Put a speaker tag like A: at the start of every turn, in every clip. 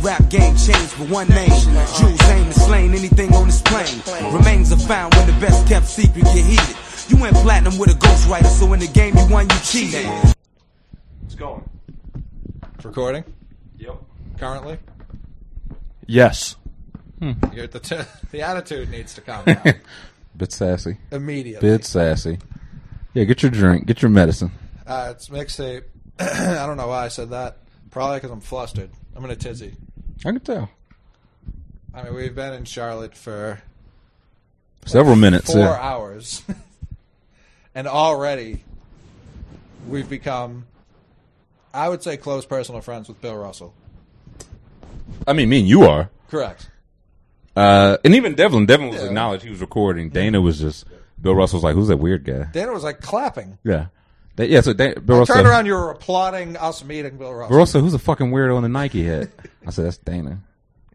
A: rap game changed with one name. Jules aim to slain anything on this plane. Remains are found when the best kept secret get heated. You went platinum with a ghostwriter, so in the game you won, you cheated.
B: It's going.
C: It's recording
B: Yep.
C: currently.
D: Yes.
C: You're at the, t- the attitude needs to calm down
D: Bit sassy.
C: immediately.
D: Bit sassy. Yeah, get your drink. Get your medicine.
C: Uh, it's mixtape. I don't know why I said that. Probably because I'm flustered. I'm in a tizzy.
D: I can tell.
C: I mean, we've been in Charlotte for
D: Several minutes.
C: four
D: yeah.
C: hours, and already we've become, I would say, close personal friends with Bill Russell.
D: I mean, me and you are.
C: Correct.
D: Uh, and even Devlin. Devlin was
C: Yeah.
D: acknowledged he was recording. Dana was just. Bill Russell's like, who's that weird guy?
C: Dana was like clapping.
D: Yeah. That- yeah, so Dan, Bill Russell.
C: Turn around, you were applauding us meeting Bill Russell.
D: Bill Russell, who's a fucking weirdo in the Nike hat? I said, that's Dana.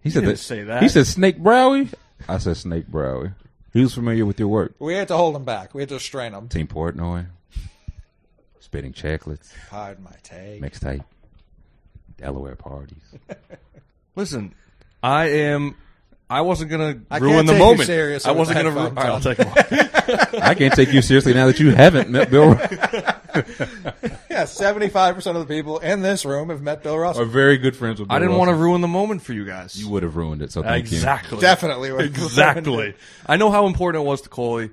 D: He said
E: didn't say that.
D: He said Snake Browie. I said Snake Browie. He was familiar with your work.
C: We had to hold him back. We had to restrain him.
D: Team Portnoy. Spitting chocolates.
C: Hide my take.
D: Mixtape. Delaware parties.
E: Listen, I am. I wasn't gonna
C: I
E: ruin
C: can't
E: the
C: take you
E: moment.
C: seriously
E: I
C: with
E: wasn't gonna. Ru-
C: headphones
E: All right, I'll
C: on.
E: take 'em off.
D: I can't take you seriously now that you haven't met Bill Russell.
C: Yeah, seventy-five percent of the people in this room have met Bill Russell.
D: Are very good friends with Bill
E: I didn't want
D: Russell.
E: to ruin the moment for you guys.
D: You would have ruined it, so thank
E: exactly.
C: Definitely, we're-
E: Exactly. I know how important it was to Coley.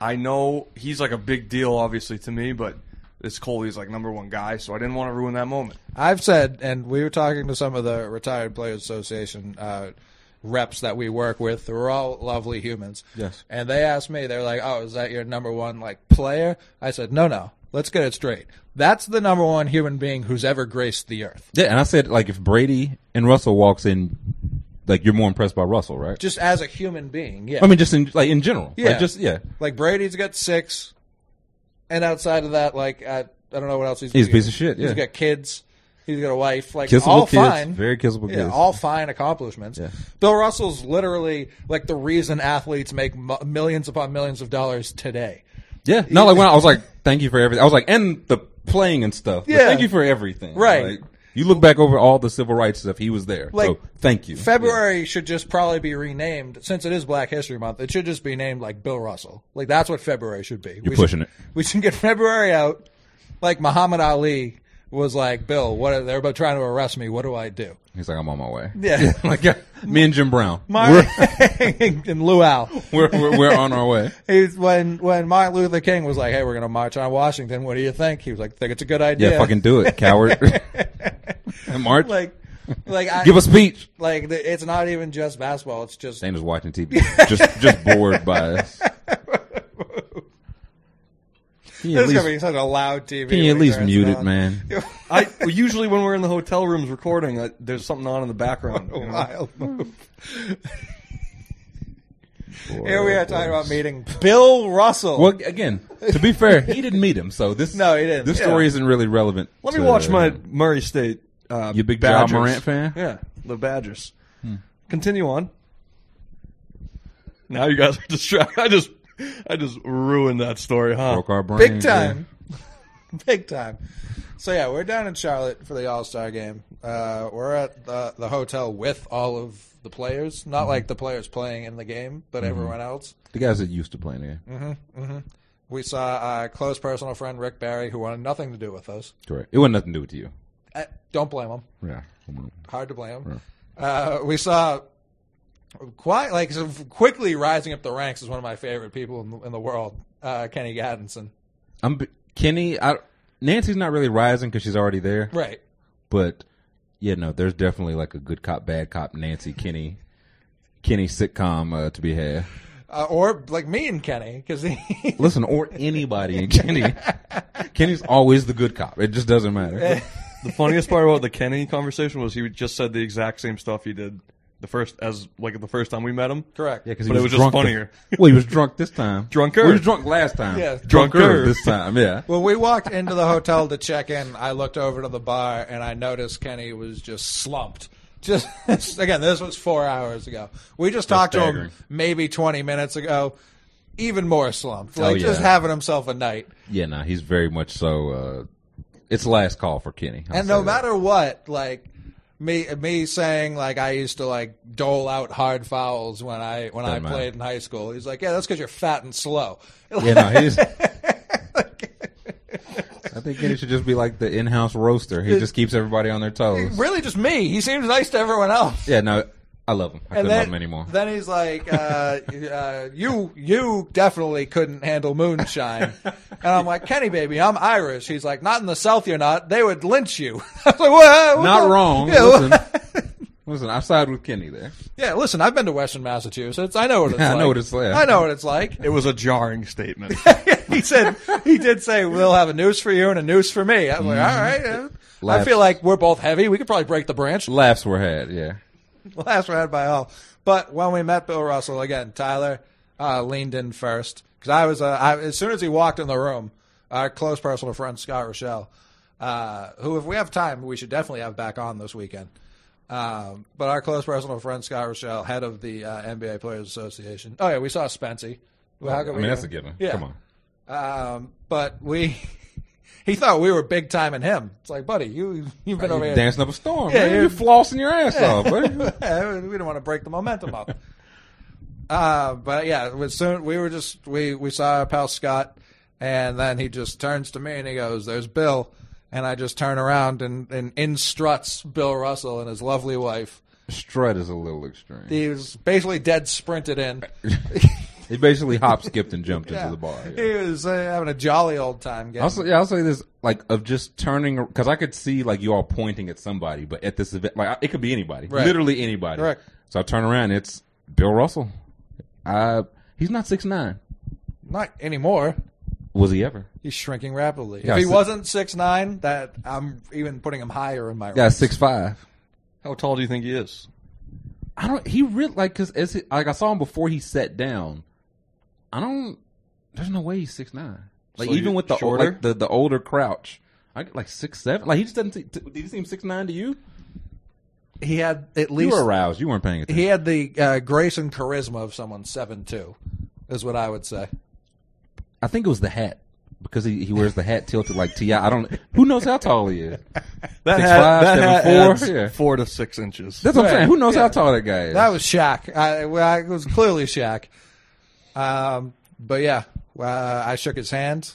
E: I know he's like a big deal, obviously, to me, but this Coley's like number one guy, so I didn't want to ruin that moment.
C: I've said, and we were talking to some of the retired players association uh, reps that we work with. They're all lovely humans.
D: Yes.
C: And they asked me, they were like, "Oh, is that your number one like player?" I said, "No, no. Let's get it straight. That's the number one human being who's ever graced the earth.
D: you. Yeah, and I said, like, if Brady and Russell walks in, like, you're more impressed by Russell, right?
C: Just as a human being, yeah.
D: I mean, just in, like, in general.
C: Yeah.
D: Like, just, yeah.
C: like Brady's got six, and outside of that, like I, I don't know what else he's.
D: He's a
C: got.
D: piece of shit,
C: He's
D: yeah.
C: got kids. He's got a wife. Like
D: Kissable
C: all
D: kids.
C: fine.
D: Very kissable
C: Yeah,
D: kids.
C: all fine accomplishments. Bill Russell's literally like the reason athletes make mo- millions upon millions of dollars today.
D: Yeah. Not like when I was like, thank you for everything. I was like, and the playing and stuff. but
C: Yeah.
D: Thank you for everything.
C: Right.
D: Like, you look back over all the civil rights stuff, he was there.
C: Like,
D: so, thank you.
C: February should just probably be renamed since it is Black History Month. It should just be named like Bill Russell. Like that's what February should be. You're
D: pushing it.
C: We should get February out. Like Muhammad Ali was like, Bill, what are, they're about trying to arrest me. What do I do?
D: He's like, I'm on my way.
C: Yeah.
D: like, yeah, me and Jim Brown.
C: Martin and Luau.
D: We're, we're, we're, we're on our way.
C: He's when when Martin Luther King was like, "Hey, we're going to march on Washington. What do you think?" He was like, "Think it's a good idea."
D: Yeah, fucking do it, coward. and March,
C: like, like I,
D: give a speech.
C: like the, it's not even just basketball. It's just
D: Dana's watching TV, just just bored by us. Can you at
C: this is going to be
D: least,
C: such a loud TV.
D: can
C: when
D: you at
C: he
D: least
C: turns
D: mute it,
C: on.
D: man?
E: I usually when we're in the hotel rooms recording, uh, there's something on in the background. you know?
C: Wild move.
D: Boy,
C: Here we are
D: boy.
C: talking about meeting Bill Russell.
D: Well, again, to be fair, he didn't meet him, so this
C: No, he didn't.
D: This
C: Yeah.
D: story isn't really relevant.
E: Let me
D: to-
E: watch my Murray State. Uh,
D: You big Ja
E: Badgers.
D: Morant fan? Hmm.
E: Yeah, the Badgers. Continue on. Now you guys are distracted. I just, I just ruined that story, huh?
D: broke our brains,
C: Big
D: yeah.
C: time. Big time. So yeah, we're down in Charlotte for the All Star game. Uh, we're at the the hotel with all of the players, not like the players playing in the game, but everyone else.
D: The guys that used to playing the game,
C: Mm. We saw our close personal friend Rick Barry, who wanted nothing to do with us.
D: correct? It wasn't nothing to do with you.
C: Uh, don't blame him.
D: Yeah,
C: Hard to blame him. Uh, we saw quite like so quickly rising up the ranks is one of my favorite people in the, in the world, uh, Kenny Gaddison.
D: I'm b- Kenny. I, Nancy's not really rising because she's already there,
C: Right.
D: but yeah, no, there's definitely like a good cop, bad cop, Nancy, Kenny, Kenny sitcom uh, to be had.
C: Uh, or like me and Kenny, because he
D: Listen, or anybody in Kenny. Kenny's always the good cop. It just doesn't matter.
E: The funniest part about the Kenny conversation was he just said the exact same stuff he did the first as like the first time we met him.
C: correct.
D: Yeah, 'cause
E: But it was just
D: drunk the-
E: funnier.
D: well, he was drunk this time.
E: Drunker.
D: Well, he was drunk last time.
C: Yeah.
D: Drunker,
E: Drunker.
D: this time. Yeah.
C: When we walked into the hotel to check in, I looked over to the bar and I noticed Kenny was just slumped. Just again, this was four hours ago. We just talked to him
D: staggering.
C: maybe twenty minutes ago. Even more slumped, like
D: Oh, yeah.
C: just having himself a night.
D: Yeah. No, he's very much so. uh It's last call for Kenny. I'll
C: and
D: say
C: no
D: that.
C: matter what, like me me saying like I used to like dole out hard fouls when I when I
D: Doesn't matter.
C: played in high school. He's like, yeah, that's because you're fat and slow.
D: Yeah, no, he's. I think Kenny should just be like the in-house roaster. He just keeps everybody on their toes.
C: really, just me. He seems nice to everyone else.
D: Yeah, no, I love him. I couldn't
C: then,
D: love him anymore.
C: then he's like, uh, uh, "You, you definitely couldn't handle moonshine." and I'm like, "Kenny, baby, I'm Irish." He's like, "Not in the South, you're not. They would lynch you." I was like, "What? what
D: Not
C: the-"
D: wrong.
C: Yeah,
D: listen,
C: what-
D: listen, I side with Kenny there.
C: yeah, listen, I've been to Western Massachusetts. I know what it's
D: Yeah, I
C: like.
D: know what it's like.
C: I know what it's like.
E: It was a jarring statement.
C: he said he did say we'll have a noose for you and a noose for me. I was like, all right. uh, I
D: Mm-hmm. Laughs.
C: feel like we're both heavy. We could probably break the branch.
D: Laughs were had. Yeah,
C: Last round by all. But when we met Bill Russell again, Tyler uh, leaned in first because I was uh, I, as soon as he walked in the room, our close personal friend Scott Rochelle, uh, who if we have time we should definitely have back on this weekend. Um, but our close personal friend Scott Rochelle, head of the uh, NBA Players Association. Oh yeah, we saw Spency. Well, how
D: Oh, I
C: could we
D: mean that's
C: not-
D: a given.
C: Yeah.
D: Come on.
C: Um, but we, he thought we were big time in him. It's like, buddy, you you've been over
D: You're
C: here.
D: dancing up a storm.
C: Yeah,
D: man.
C: you're-
D: You're flossing your ass off, buddy.
C: we didn't want to break the momentum up. uh, but yeah, it was soon we were just we we saw our pal Scott, and then he just turns to me and he goes, "There's Bill," and I just turn around and and in struts Bill Russell and his lovely wife.
D: Strut is a little extreme.
C: He was basically dead sprinted in.
D: he basically hop, skipped, and jumped
C: Yeah.
D: into the bar. yeah.
C: He was uh, having a jolly old time. Getting,
D: Also, yeah, I'll say this, like, of just turning, because I could see, like, you all pointing at somebody, but at this event, like, I- it could be anybody,
C: Right.
D: literally anybody.
C: Correct.
D: So I turn around, and it's Bill Russell. Uh, he's not six nine.
C: not anymore.
D: Was he ever?
C: He's shrinking rapidly.
D: Yeah,
C: if he
D: si-
C: wasn't six nine, that I'm even putting him higher in my
D: Yeah,
C: ranks.
D: six five.
E: How tall do you think he is?
D: I don't. He really like because as he, like I saw him before he sat down. I don't. There's no way he's six nine. Like
E: So you-
D: even with the old,
E: shorter?
D: like the the older crouch, I get like six seven. Like he just doesn't. See, t- did he seem six nine to you?
C: He had at
D: You
C: least
D: were aroused. You weren't paying attention.
C: he had the uh, grace and charisma of someone seven two, is what I would say.
D: I think it was the hat because he, he wears the hat tilted like Ti. I don't. Who knows how tall he is?
E: That
D: Six
E: had that
D: five, seven
E: had
D: four,
E: adds
D: yeah.
E: four to six inches.
D: That's what I'm
C: Right.
D: saying. Who knows
C: Yeah.
D: how tall that guy is?
C: That was Shaq. I, well, I- it was clearly Shaq. Um, but yeah, uh, I shook his hand.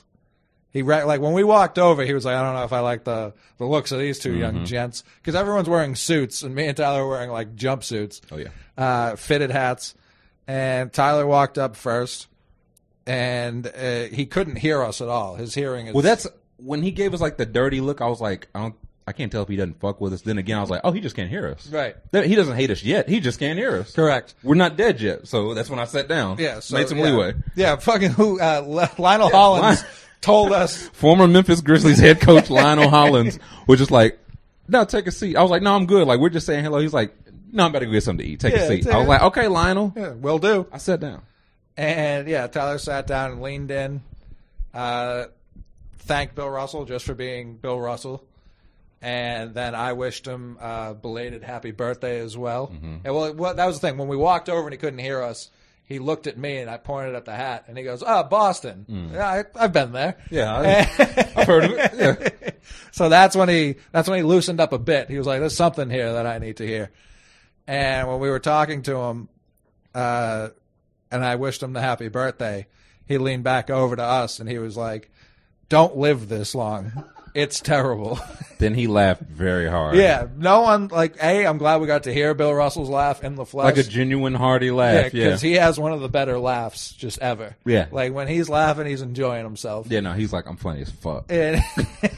C: He re- like when we walked over, he was like, "I don't know if I like the the looks of these 2 young gents," because everyone's wearing suits, and me and Tyler were wearing like jumpsuits.
D: oh yeah.
C: uh, fitted hats, and Tyler walked up first, and uh, he couldn't hear us at all. His hearing is
D: Well, that's when he gave us like the dirty look. I was like, I don't. I can't tell if he doesn't fuck with us. Then again, I was like, oh, he just can't hear us.
C: Right.
D: That- He doesn't hate us yet. He just can't hear us.
C: correct.
D: We're not dead yet, so that's when I sat down.
C: Yeah, so,
D: made some
C: yeah.
D: leeway.
C: Yeah, fucking who? Uh, L- Lionel Hollins
D: Lion-
C: told us.
D: Former Memphis Grizzlies head coach Lionel Hollins was just like, "No, take a seat." I was like, "No, I'm good." Like we're just saying hello. He's like, "No, I'm about to go get something to eat. Take
C: Yeah,
D: a seat."
C: take
D: I was
C: a-
D: like, "Okay, Lionel."
C: Yeah, will do.
D: I sat down.
C: And yeah, Tyler sat down and leaned in, uh, thanked Bill Russell just for being Bill Russell. And then I wished him uh, belated happy birthday as well. And well, it- well, that was the thing. When we walked over and he couldn't hear us, he looked at me and I pointed at the hat and he goes, "Ah, Boston. Yeah, I, I've been there.
D: Yeah, I- I've heard of it. Yeah.
C: so that's when he that's when he loosened up a bit. He was like, "There's something here that I need to hear." And when we were talking to him, uh, and I wished him the happy birthday, he leaned back over to us and he was like, "Don't live this long. It's terrible."
D: Then he laughed very hard.
C: yeah, no one like a. I'm glad we got to hear Bill Russell's laugh in the flesh.
D: like a genuine hearty laugh. Yeah, yeah.
C: because he has one of the better laughs just ever.
D: Yeah.
C: like when he's laughing, he's enjoying himself.
D: no, he's like, "I'm funny as fuck."
C: And,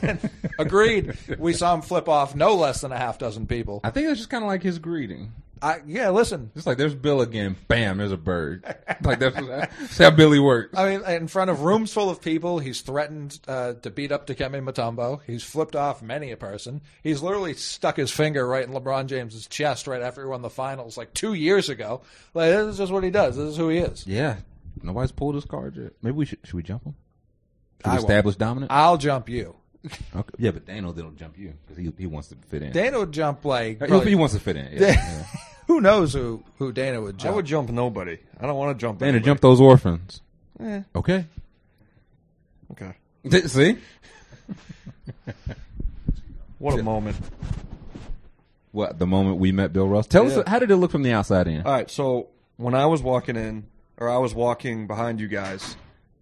C: agreed. We saw him flip off no less than a half dozen people.
D: I think that's just kind of like his greeting.
C: I, yeah, listen.
D: Just like there's Bill again, bam, there's a bird. Like that's, that's how Billy works.
C: I mean, in front of rooms full of people, he's threatened uh, to beat up Dikembe Mutombo. He's flipped off many a person. He's literally stuck his finger right in LeBron James's chest right after he won the finals, like two years ago. Like this is just what he does. This is who he is.
D: Yeah, nobody's pulled his card yet. Maybe we should should we jump him? Should
C: I
D: we
C: won't.
D: establish dominance?
C: I'll jump you.
D: Okay. Yeah, but Dano didn't jump you because he he wants to fit in.
C: Dana would jump like
D: He-
C: probably-
D: he wants to fit in. Yeah, yeah.
C: who knows who who Dana would
E: I
C: jump.
E: would jump nobody. I don't want to jump.
D: Dana,
E: anybody.
D: jump those orphans.
E: Eh.
D: Okay.
E: Okay.
D: See,
E: What a moment.
D: What the moment we met Bill Russell? Uh, Tell
E: Yeah.
D: us how did it look from the outside in?
E: All right, so when I was walking in, or I was walking behind you guys,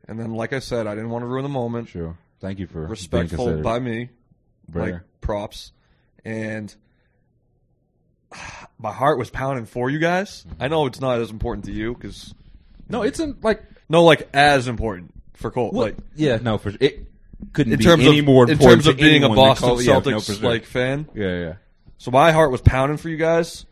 E: and then like I said, I didn't want to ruin the moment.
D: sure. Thank you for being
E: Respectful
D: considerate,
E: by me,
D: brother.
E: like props, and my heart was pounding for you guys.
D: Mm-hmm.
E: I know it's not as important to you because
D: no, it's in like
E: no, like as important for Cole.
D: what?
E: Like
D: yeah, no, for it couldn't
E: in
D: be
E: terms
D: any
E: of
D: more
E: in
D: important
E: terms of
D: to
E: being a
D: anyone than
E: Boston
D: Cole- yeah, no, for
E: Celtics
D: sure.
E: like fan.
D: yeah, yeah.
E: So my heart was pounding for you guys.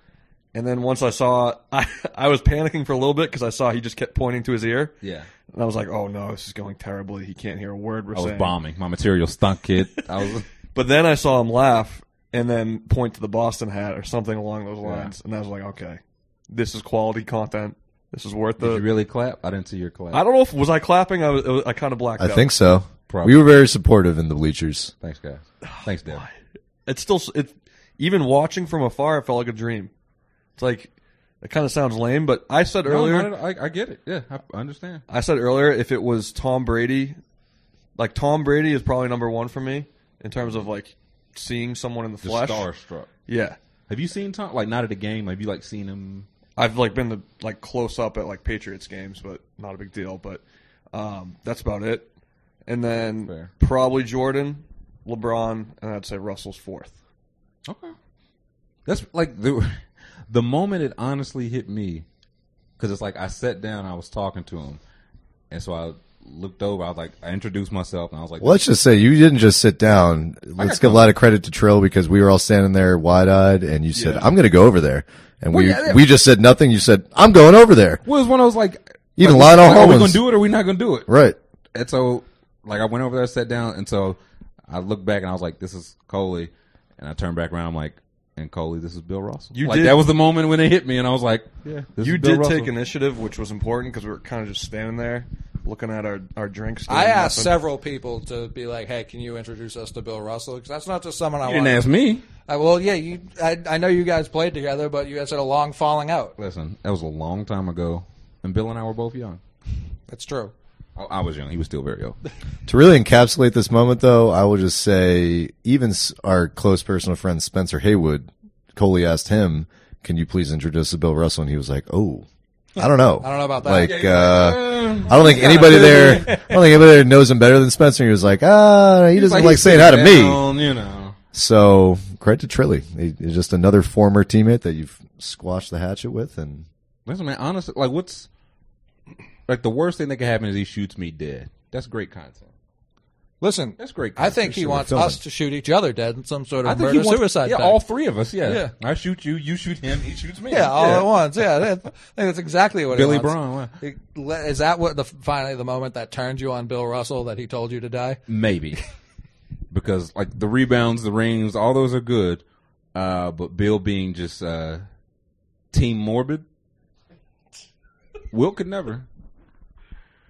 E: And then once I saw, I, I was panicking for a little bit because I saw he just kept pointing to his ear.
D: Yeah.
E: And I was like, oh no, this is going terribly. He can't hear a word we're
D: I was
E: saying.
D: bombing. My material stunk, kid. I was
E: But then I saw him laugh and then point to the Boston hat or something along those lines. And I was like, okay, this is quality content. This is worth
D: Did you
E: the.
D: really clap? I didn't see your clap.
E: I don't know if was I clapping. I was, it was- I kind of blacked
F: I
E: out.
F: think so.
D: Probably.
F: We were very supportive in the bleachers.
D: Thanks, guys. Thanks, Deb.
E: it's still it. Even watching from afar, it felt like a dream. It's like it kind of sounds lame, but I said
D: No,
E: earlier.
D: not at all. I, I get it. Yeah, I I understand.
E: I said earlier if it was Tom Brady, like Tom Brady is probably number one for me in terms of like seeing someone in the
D: Just
E: flesh.
D: starstruck.
E: Yeah,
D: Have you seen Tom? Like not at a game. Have you like seen him?
E: I've like been the like close up at like Patriots games, but not a big deal. But um, that's about it. And then
D: Fair.
E: probably Jordan, LeBron, and I'd say Russell's fourth.
D: Okay. That's like the the moment it honestly hit me because it's like I sat down, I was talking to him, and so I looked over. I was like, I introduced myself, and I was like,
F: Well, let's just say you didn't just sit down. Let's give a lot of credit to Trill because we were all standing there wide eyed and you said, I'm going to go over there. And we,
D: yeah, yeah.
F: we just said nothing. You said, I'm going over there.
D: Well, it was one of those like
F: Even
D: like,
F: Lionel
D: Are we gonna
F: Hollins.
D: do it or we not gonna do it?
F: Right.
D: And so, like, I went over there, sat down, and so I looked back and I was like, "This is Coley," and I turned back around. I'm like, "And Coley, this is Bill Russell."
E: You
D: like
E: did-
D: that was the moment when it hit me, and I was like, "Yeah, this
E: you
D: is Bill
E: did
D: Russell.
E: take initiative, which was important because we were kind of just standing there looking at our our drinks. doing
C: I asked
E: nothing.
C: several people to be like, "Hey, can you introduce us to Bill Russell?" Because that's not just someone I
D: You
C: want.
D: didn't ask me.
C: I, Uh, well, yeah, you. I, I know you guys played together, but you guys had a long falling out.
D: Listen, that was a long time ago, and Bill and I were both young. Oh,
C: That's true.
D: I, I was young; he was still very old.
F: To really encapsulate this moment, though, I will just say even s- our close personal friend Spencer Haywood, Coley asked him, "Can you please introduce us to Bill Russell?" And he was like, "Oh, I don't know. I
C: don't know about that."
F: Like,
C: Yeah,
F: uh, I don't think anybody there, I don't think anybody there knows him better than Spencer. He was like, "Ah, he doesn't like,
D: he's
F: saying hi to
D: sitting
F: me."
D: down, you know.
F: So credit to Trilly, He- he's just another former teammate that you've squashed the hatchet with, and
D: Listen, man, honestly, like, what's like the worst thing that could happen is he shoots me dead. That's great content.
C: Listen,
D: That's great.
C: I think he
F: Sure,
C: wants
F: filming.
C: us to shoot each other dead in some sort
D: I
C: of
D: think he
C: murder
D: wants,
C: suicide.
D: Yeah,
C: pact.
D: all three of us. Yeah.
C: Yeah.
D: I shoot you, you shoot him, he shoots me.
C: Yeah, all at once. Yeah, that, I think that's exactly what
D: Billy
C: he wants.
D: Brown, wow.
C: He- le- Is that what the finally the moment that turned you on Bill Russell that he told you to die?
D: Maybe. because like the rebounds, the rings, all those are good. Uh, but Bill being just uh, team morbid. Will could never.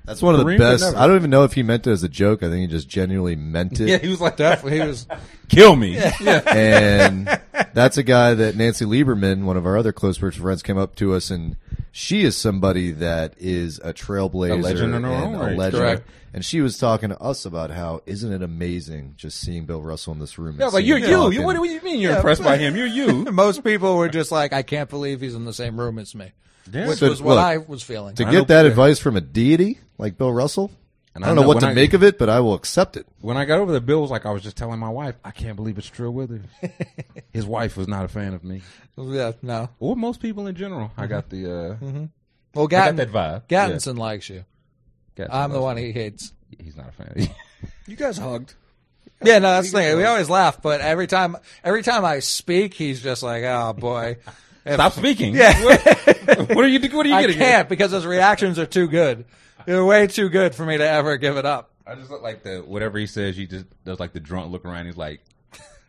F: that's one of the
D: Kareem would
F: best.
D: never.
F: I don't even know if he meant it as a joke. I think he just genuinely meant it.
D: Yeah, he was like,
C: Definitely, he was.
D: kill me. Yeah.
F: and that's a guy that Nancy Lieberman, one of our other close personal friends, came up to us, and she is somebody that is a trailblazer,
D: A legend in her
F: and
D: own
F: a
D: right.
F: legend.
C: Correct.
F: And she was talking to us about how isn't it amazing just seeing Bill Russell in this room?
D: I was like, you're you. you what do you mean you're impressed by him? You're you.
C: Most people were just like, "I can't believe he's in the same room as me," which
F: So,
C: was what
F: look,
C: I was feeling.
F: to
D: I know-
F: get that advice from a deity like Bill Russell?
D: And
F: I don't know, what to
D: when I-
F: make of it, but I will accept it.
D: When I got over there, Bill was like, I was just telling my wife, I can't believe it's Trill Withers. His wife was not a fan of me.
C: yeah, no.
D: Or most people in general. I got the uh
C: Well,
D: I got
C: Gatton,
D: that vibe.
C: Gattinson likes you.
D: Yeah. Got
C: I'm the
D: some-
C: one he hates.
D: He's not a fan.
E: You guys hugged.
C: Yeah, no, that's the thing. We always laugh, but every time, every time I speak, he's just like, "Oh boy,
D: Stop speaking. Yeah. What, what are you? What are you
C: I
D: getting? at?
C: can't," because his reactions are too good. They're way too good for me to ever give it up.
D: I just look like the whatever he says. He just does like the drunk look around. He's like,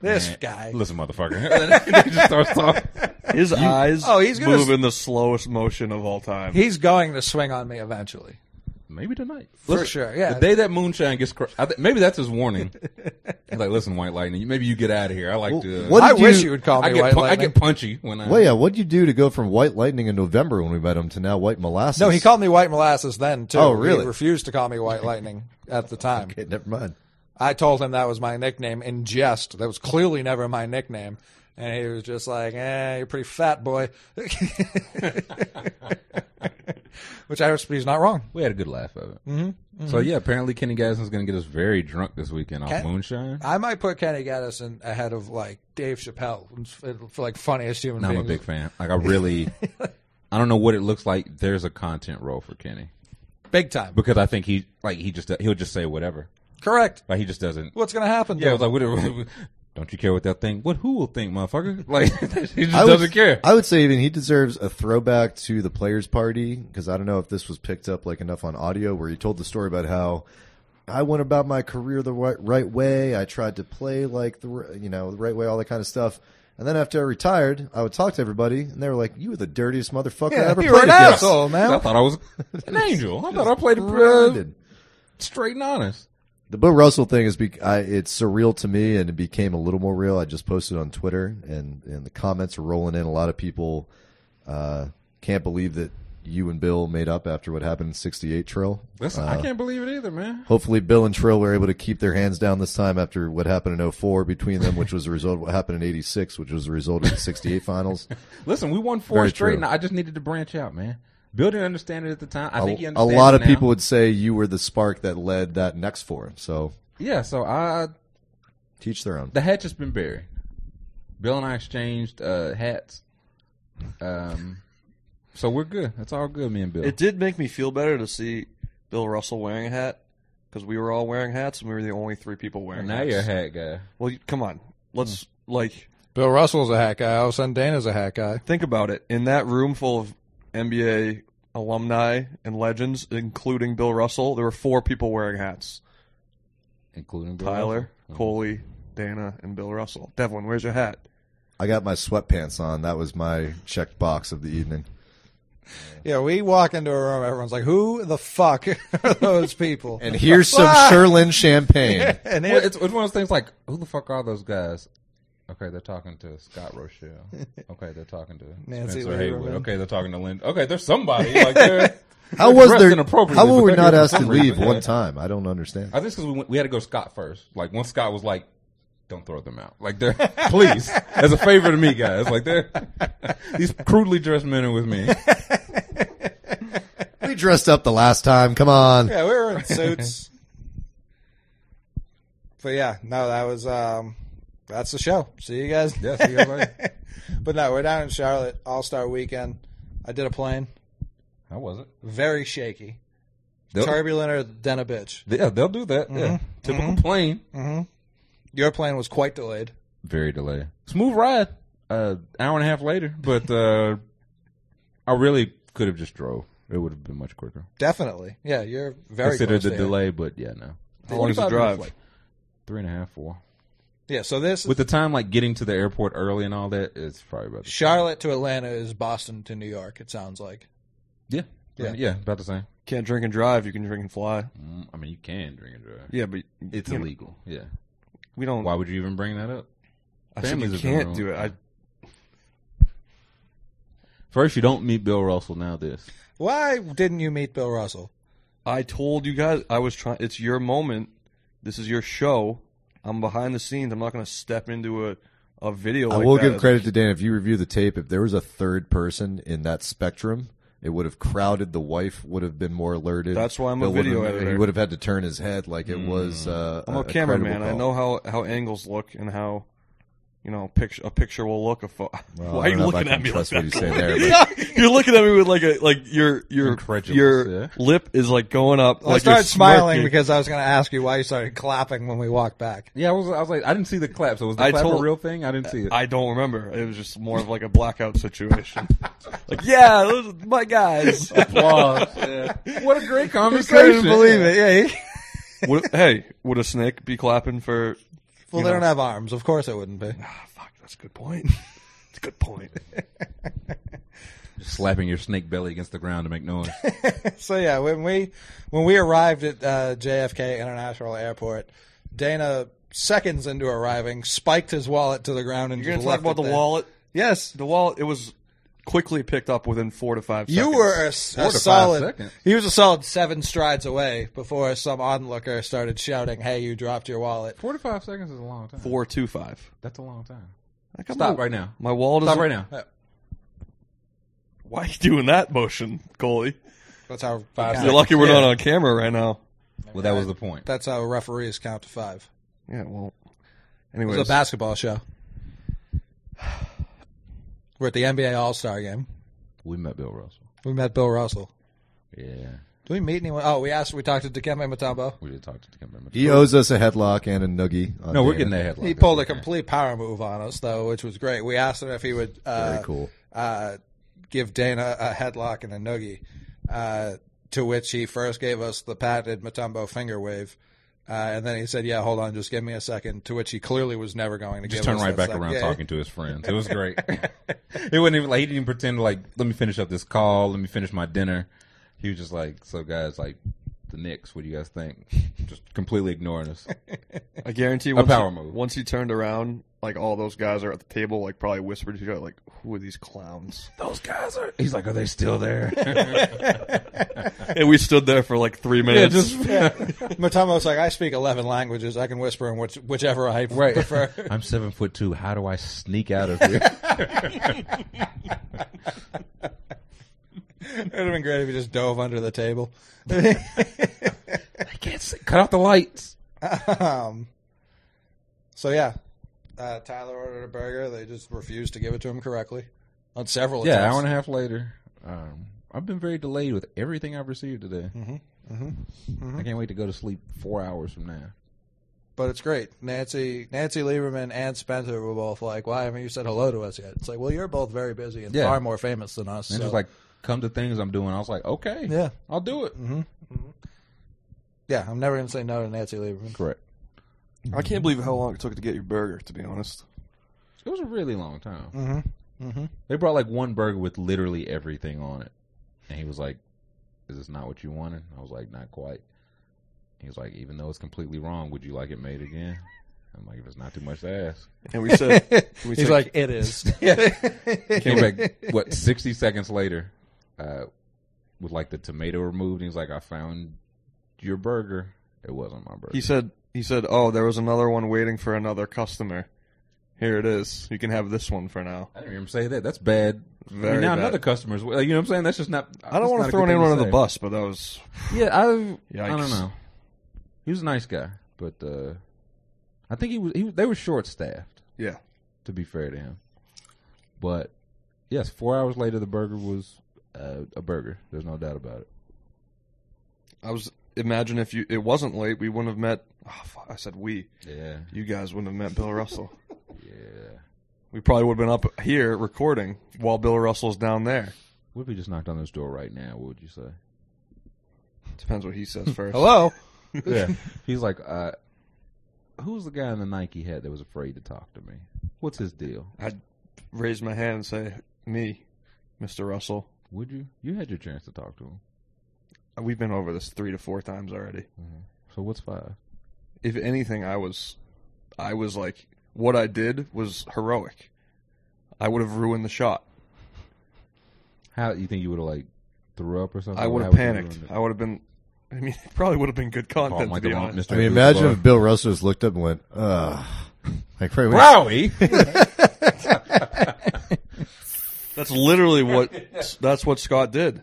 C: This
D: "Man,
C: guy.
D: Listen, motherfucker. And he just starts talking.
E: His eyes
C: Oh, he's gonna
E: move
C: s-
E: in the slowest motion of all time.
C: He's going to swing on me eventually.
D: Maybe tonight,
C: sure, yeah.
D: The day that moonshine gets, cr- I th- maybe that's his warning. He's like, listen, White Lightning. you- Maybe you get out of here. I like to.
F: what
C: I
F: did
C: wish
F: you-
C: you would call me
D: I get,
C: White
D: pu- I
C: Lightning.
D: get punchy when I.
F: Well, yeah, what'd you do to go from White Lightning in November when we met him to now White Molasses?
C: No, he called me White Molasses then too.
F: Oh, really?
C: He refused to call me White Lightning at the time.
F: Okay, never mind.
C: I told him that was my nickname in jest. That was clearly never my nickname. and he was just like, "Eh, you're pretty fat, boy," which I respect. He's not wrong.
D: We had a good laugh of it. Mm-hmm, So yeah, apparently Kenny Gadsden's going to get us very drunk this weekend off
C: Ken-
D: moonshine.
C: I might put Kenny Gaddison ahead of like Dave Chappelle for- for like funniest human
D: No, I'm
C: being.
D: a big fan. Like I really, I don't know what it looks like. There's a content role for Kenny
C: Big time.
D: because I think he like he just he'll just say whatever.
C: Correct.
D: Like he just doesn't.
C: What's gonna happen?
D: Yeah, I
C: to
D: was like, what, what- don't you care what they'll think? What who will think, motherfucker? Like he just
F: I
D: doesn't
F: would,
D: care.
F: I would say even he deserves a throwback to the players' party because I don't know if this was picked up like enough on audio where he told the story about how I went about my career the right, right way. I tried to play like the r- you know the right way, all that kind of stuff. And then after I retired, I would talk to everybody, and they were like, "You were the dirtiest motherfucker I ever
C: you're
F: played
C: an
F: against."
C: asshole, man.
D: I thought I was an angel. I thought I played uh,
F: Brandon.
D: straight and honest.
F: The Bill Russell thing is be- I, it's surreal to me, and it became a little more real. I just posted on Twitter, and and the comments are rolling in. A lot of people uh, can't believe that you and Bill made up after what happened in '68 Trill.
D: That's,
F: Uh.
D: I can't believe it either, man.
F: Hopefully, Bill and Trill were able to keep their hands down this time after what happened in 04 between them, which was a result of what happened in '86, which was a result of the '68 finals.
D: Listen, we won four
F: Very
D: straight,
F: true.
D: and I just needed to branch out, man. Bill didn't understand it at the time. I
F: A,
D: think he
F: a
D: understands it
F: lot of
D: now.
F: people would say you were the spark that led that next four. So
D: Yeah, so I
F: teach their own.
D: the hatchet's been buried. Bill and I exchanged uh, hats. Um, so we're good. That's all good, me and Bill.
E: It did make me feel better to see Bill Russell wearing a hat because we were all wearing hats and we were the only three people wearing.
D: now
E: hats.
D: you're a hat guy.
E: Well, you- come on. Let's like
C: Bill Russell's a hat guy. All of a sudden, Dana's a hat guy.
E: think about it. In that room full of NBA alumni and legends, including Bill Russell, there were four people wearing hats:
D: Including Bill
E: Tyler,
D: Russell. Oh.
E: Coley, Dana, and Bill Russell. Devlin, where's your hat?
F: I got my sweatpants on. That was my checked box of the evening.
C: Yeah, we walk into a room, everyone's like, "Who the fuck are those people?"
F: And here's some
C: Fuck.
F: Sherlin champagne.
C: and
D: Well,
C: it,
D: it's, it's one of those things like, who the fuck are those guys? Okay, they're talking to Scott Rochelle. Okay, they're talking to
C: Nancy
D: Spencer Haywood.
C: Lieberman.
D: Okay, they're talking to Lynn. Okay, there's somebody. Like, they're,
F: How was
D: dressed
F: there?
D: inappropriately,
F: How were
D: but
F: we
D: they're
F: not
D: here for
F: asked to
D: some reason.
F: leave one time? I don't understand.
D: I think because we, went- we had to go Scott first. Like once Scott was like, "Don't throw them out," like they're please as a favor to me, guys. Like they're these crudely dressed men are with me.
F: We dressed up the last time. Come on.
C: yeah, we were in suits. but yeah, no, that was um, that's the show. See you guys.
D: Yeah, see you guys later.
C: but no, we're down in Charlotte All Star Weekend. I did a plane,
D: How was it?
C: very shaky,
D: They'll,
C: turbulent, or then a bitch.
D: yeah, they'll do that.
C: Mm-hmm.
D: Yeah, typical plane.
C: Your plane was quite delayed.
D: Very delayed. Smooth ride. Uh, hour and a half later, but uh, I really could have just drove. It would have been much quicker.
C: Definitely, yeah. You're very
D: Consider
C: close
D: the
C: to it.
D: delay, but yeah, no.
E: How long is the
D: 45 minutes,
E: drive?
D: Like three and a half, four.
C: Yeah, so this
D: With the time like getting to the airport early and all that, it's probably about the same.
C: Charlotte to Atlanta is Boston to New York. It sounds like.
D: Yeah.
C: Yeah.
D: Yeah. yeah, about the same.
E: Can't drink and drive. You can drink and fly.
D: Mm, I mean, you can drink and drive.
E: Yeah, but
D: It's
E: you know,
D: illegal. Yeah.
E: we don't.
D: Why would you even bring that up?
E: I said
D: families
E: you
D: have been
E: can't
D: wrong.
E: do it. I,
D: First, you don't meet Bill Russell. Now this.
C: Why didn't you meet Bill Russell?
E: I told you guys I was trying. It's your moment. This is your show. I'm behind the scenes. I'm not going to step into a a video.
F: I
E: like
F: will
E: that.
F: give credit to Dan. If you review the tape, if there was a third person in that spectrum, it would have crowded. The wife would have been more alerted.
E: That's why I'm a
F: Bill would
E: video
F: have-
E: editor. Hmm.
F: He would have had to turn his head like it was. Uh,
E: I'm a,
F: credible
E: cameraman. I
F: call.
E: know how how angles look and how you know picture a picture will look. A pho-
F: Well,
E: why
F: Uh, I
E: are you
F: don't know if I
E: looking
F: can
E: at me like
F: trust
E: that?
F: what you say there, but-
E: you're looking at me with like a like your your
D: Incredulous,
E: your
D: yeah.
E: lip is like going up.
C: I
E: like you're
C: started smiling
E: smirking.
C: because I was going to ask you why you started clapping when we walked back.
D: Yeah, I was. I was like, I didn't see the clap. So was the
E: I
D: clap
E: told-
D: a real thing? I didn't see it.
E: I don't remember. It was just more of like a blackout situation. like, yeah, those are my guys.
D: Applause. What a great
C: Couldn't
D: conversation!
C: believe it. Yeah. he-
E: Would- hey, would a snake be clapping for?
C: Well, they don't have arms. Of course, it wouldn't be.
E: Ah, fuck, that's a good point. It's a good point.
D: Slapping your snake belly against the ground to make noise.
C: So yeah, when we when we arrived at uh, JFK International Airport, Dana seconds into arriving spiked his wallet to the ground and
E: You're
C: just
E: gonna talk
C: left
E: about
C: it
E: the
C: there.
E: wallet.
C: Yes,
E: The wallet. It was quickly picked up within four to five.
C: you
E: seconds.
C: were a, s- a
D: Four to five
C: solid.
D: seconds.
C: He was a solid seven strides away before some onlooker started shouting, "Hey, you dropped your wallet!"
D: Forty-five seconds is a long time.
E: four two five.
D: That's a long time. Oh. Stop right now.
E: My wall doesn't.
D: Stop right now.
E: Why are you doing that motion, Coley?
C: That's how five.
E: You're lucky we're not on camera right now.
D: Well, that was the point.
C: That's how referees count to five.
E: Yeah, well.
C: It
E: Anyways,
C: was a basketball show. We're at the NBA All Star game.
D: We met Bill Russell.
C: We met Bill Russell.
D: Yeah,
C: Did we meet anyone? Oh, we asked. We talked to Dikembe Mutombo.
D: we did talk to the camera.
F: He owes us a headlock and a noogie. on
D: No, we're
F: Dana.
D: getting that headline.
C: He pulled a complete power move on us, though, which was great. We asked him if he would uh,
F: Very cool.
C: uh, give Dana a headlock and a noogie, uh, to which he first gave us the patented Matumbo finger wave. Uh, and then he said, "Yeah, hold on, just give me a second. To which he clearly was never going to
D: Just
C: give
D: turned
C: us
D: right
C: that
D: back
C: sec-
D: around
C: yeah.
D: talking to his friends. It was great. it wasn't even like he didn't even pretend to like let me finish up this call, let me finish my dinner. He was just like, "So guys, like the Knicks, what do you guys think?" Just completely ignoring us.
E: I guarantee once
D: power
E: he,
D: move.
E: Once he turned around, like all those guys are at the table, like probably whispered to each other, like, "Who are these clowns?"
D: Those guys are. He's like, "Are they still there?"
E: and we stood there for like three
D: yeah,
E: minutes.
D: just
C: Matumbo's like, I speak eleven languages. I can whisper in which, whichever I prefer.
D: I'm seven foot two. How do I sneak out of here?
C: It'd have been great if he just dove under the table.
D: I can't see. Cut off the lights.
C: Um, so yeah, uh, Tyler ordered a burger. They just refused to give it to him correctly on several.
D: Yeah,
C: attempts.
D: hour and a half later. Um, I've been very delayed with everything I've received today. Mm-hmm. I can't wait to go to sleep four hours from now.
C: but it's great. Nancy, Nancy Lieberman, and Spencer were both like, "Why haven't you said hello to us yet?" It's like, well, you're both very busy and
D: Yeah.
C: far more famous than us.
D: And
C: so-
D: just like come to things I'm doing. I was like, okay,
C: Yeah.
D: I'll do it.
C: Mm-hmm. yeah, I'm never gonna say no to Nancy Lieberman.
D: Correct.
E: I can't believe how long it took to get your burger. To be honest,
D: It was a really long time. Mm-hmm. Mm-hmm. They brought like one burger with literally everything on it, and he was like, "Is this not what you wanted?" I was like, "Not quite." He was like, "Even though it's completely wrong, would you like it made again?" I'm like, "If it's not too much to ask."
E: and we said,
C: Mm-hmm.
E: we
C: He's
E: said,
C: like, "It is."
D: came back what 60 seconds later uh, with like the tomato removed and he's like i found your burger it wasn't my burger
E: he said, he said, "Oh, there was another one waiting for another customer. Here it is. You can have this one for now."
D: i didn't hear him say that that's bad I mean,
E: Very
D: now
E: bad.
D: another customer's like, you know what i'm saying that's just not
E: I don't want to throw anyone under the bus, but that was
D: yeah i i
E: Yikes.
D: don't know he was a nice guy but uh, i think he was, he was they were short staffed
E: yeah.
D: to be fair to him but yes four hours later the burger was uh, a burger there's no doubt about it
E: I was imagine if you it wasn't late, we wouldn't have met. Oh, fuck, I said we.
D: yeah
E: You guys wouldn't have met Bill Russell.
D: yeah
E: We probably would have been up here recording while Bill Russell's down there.
D: what if he just knocked on this door right now what would you say
E: Depends what he says
D: Hmm.
E: first.
C: hello.
D: yeah. He's like, uh, who's the guy in the Nike hat that was afraid to talk to me? What's his deal?
E: I'd raise my hand and say, "Me, Mr. Russell."
D: Would you? You had your chance to talk to him.
E: We've been over this three to four times already.
D: So what's five?
E: If anything, I was, I was like, what I did was heroic. I would have ruined the shot.
D: How you think you would have like threw up or something?
E: I would
D: How
E: have
D: you
E: panicked.
D: ruin it?
E: I would have been. I mean, it probably would have been good
D: Call him
E: content
D: like
E: to be
D: the wrong-
E: honest.
D: Mr.
F: I mean,
D: Goofball.
F: imagine if Bill Russell just looked up and went, ugh. Like, right, wait,
D: Browie.
E: That's literally what. That's what Scott did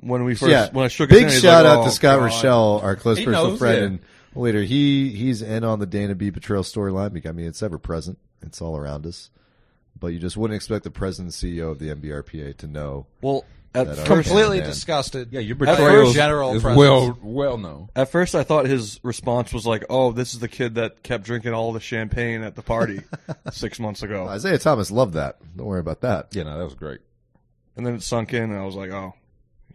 E: when we first. When I shook his
F: Big
E: hand, he's
F: shout
E: like,
F: out
E: "Oh,
F: to Scott
E: God."
F: Rochelle, our close
D: He
F: personal
D: knows,
F: friend
D: yeah.
F: and leader. He he's in on the Dana B betrayal storyline. because, I mean, it's ever present. It's all around us. But you just wouldn't expect the president CEO of the MBRPA to know.
E: Well, at
F: That
E: first,
C: Completely
F: man.
C: disgusted.
D: yeah, your
C: at her
D: betrayal
C: general
D: is
C: presence.
D: well well known.
E: at first, I thought his response was like, "Oh, this is the kid that kept drinking all the champagne at the party six months ago,"
F: Isaiah Thomas loved that. Don't worry about that.
D: Yeah, no, that was great.
E: and then it sunk in, and I was like, "Oh,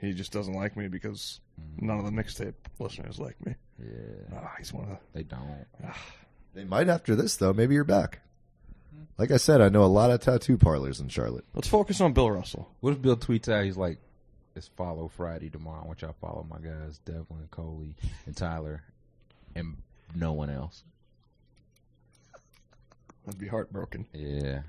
E: he just doesn't like me because none of the mixtape listeners like me."
D: Yeah,
E: Ah, he's one of the,
D: they don't.
F: They might after this though. Maybe you're back. Like I said, I know a lot of tattoo parlors in Charlotte.
E: let's focus on Bill Russell.
D: What if Bill tweets out? He's like, "It's follow Friday tomorrow. I want y'all to follow my guys Devlin, Coley, and Tyler, and no one else."
E: I'd be heartbroken.
D: Yeah.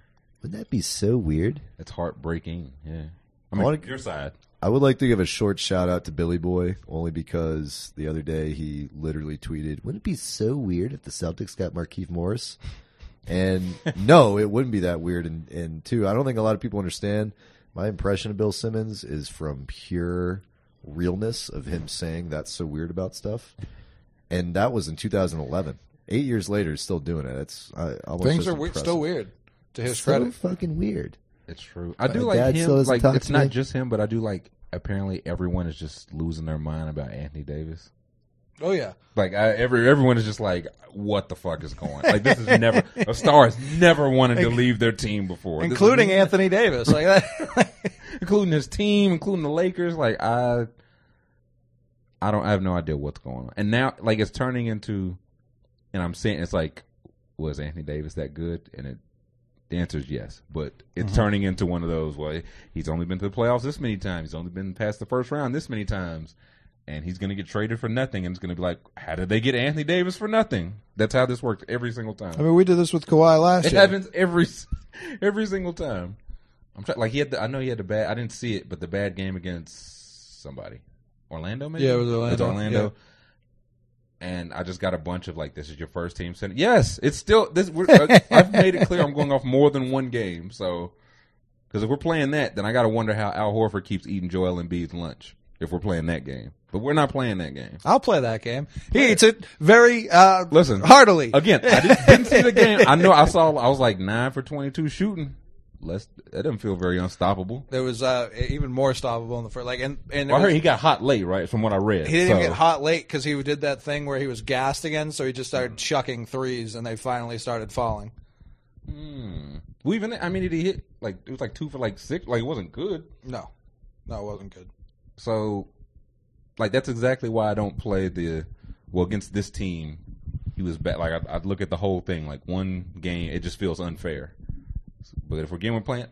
F: Wouldn't that be so weird?
D: It's heartbreaking. Yeah. I
F: I
D: mean,
F: wanna-
D: your side.
F: I would like to give a short shout out to Billy Boy, only because the other day he literally tweeted, "Wouldn't it be so weird if the Celtics got Markeith Morris?" And no, it wouldn't be that weird. And, and two, I don't think a lot of people understand. My impression of Bill Simmons is from pure realness of him saying that's so weird about stuff. And that was in 2011. Eight years later, he's still doing it. It's I, almost
C: Things
F: as
C: are we-
F: impressive.
C: still weird. To his
F: So
C: credit,
F: fucking weird.
D: It's true. I do
F: My
D: like
F: dad still
D: him.
F: doesn't
D: Like
F: talk
D: it's
F: to
D: not
F: me.
D: just him, but I do like. Apparently, everyone is just losing their mind about Anthony Davis.
C: oh yeah,
D: Like I, every everyone is just like, "What the fuck is going? Like this is never a star has never wanted to leave their team before, This is-
C: including Anthony Davis. Like that.
D: including his team, including the Lakers. Like I, I don't, I have no idea what's going on. And now, like it's turning into, and I'm saying it's like, was Anthony Davis that good? And it, the answer is yes, but it's turning into one of those. Well, he's only been to the playoffs this many times. He's only been past the first round this many times. And he's going to get traded for nothing, and it's going to be like, how did they get Anthony Davis for nothing? That's how this works every single time.
C: I mean, we did this with Kawhi last
D: It
C: year.
D: happens every every single time. I'm trying. Like he had. The, I know he had the bad. I didn't see it, but the bad game against somebody, Orlando. Maybe
C: Yeah, it was Orlando, yeah.
D: And I just got a bunch of like, this is your first team center. Yes, it's still this. We're, uh, I've made it clear I'm going off more than one game. So, because if we're playing that, then I got to wonder how Al Horford keeps eating Joel Embiid's lunch if we're playing that game. But we're not playing that game.
C: I'll play that game. He eats it very uh,
D: Listen,
C: heartily.
D: Again, I didn't, didn't see the game. I know I saw. I was like nine for twenty-two shooting. Let's. That doesn't feel very unstoppable.
C: There was uh, even more stoppable in the first. Like and and
D: Well, I
C: there was-
D: heard he got hot late, right? From what I read,
C: he didn't even
D: So,
C: get hot late because he did that thing where he was gassed again, so he just started chucking threes, and they finally started falling.
D: Hmm. Well, even I mean, did he hit like it was like two for like six? Like it wasn't good.
C: No, no, it wasn't good.
D: So, like that's exactly why I don't play the well against this team. He was bad. Like I, I look at the whole thing. Like one game, it just feels unfair. But if we're game we're playing,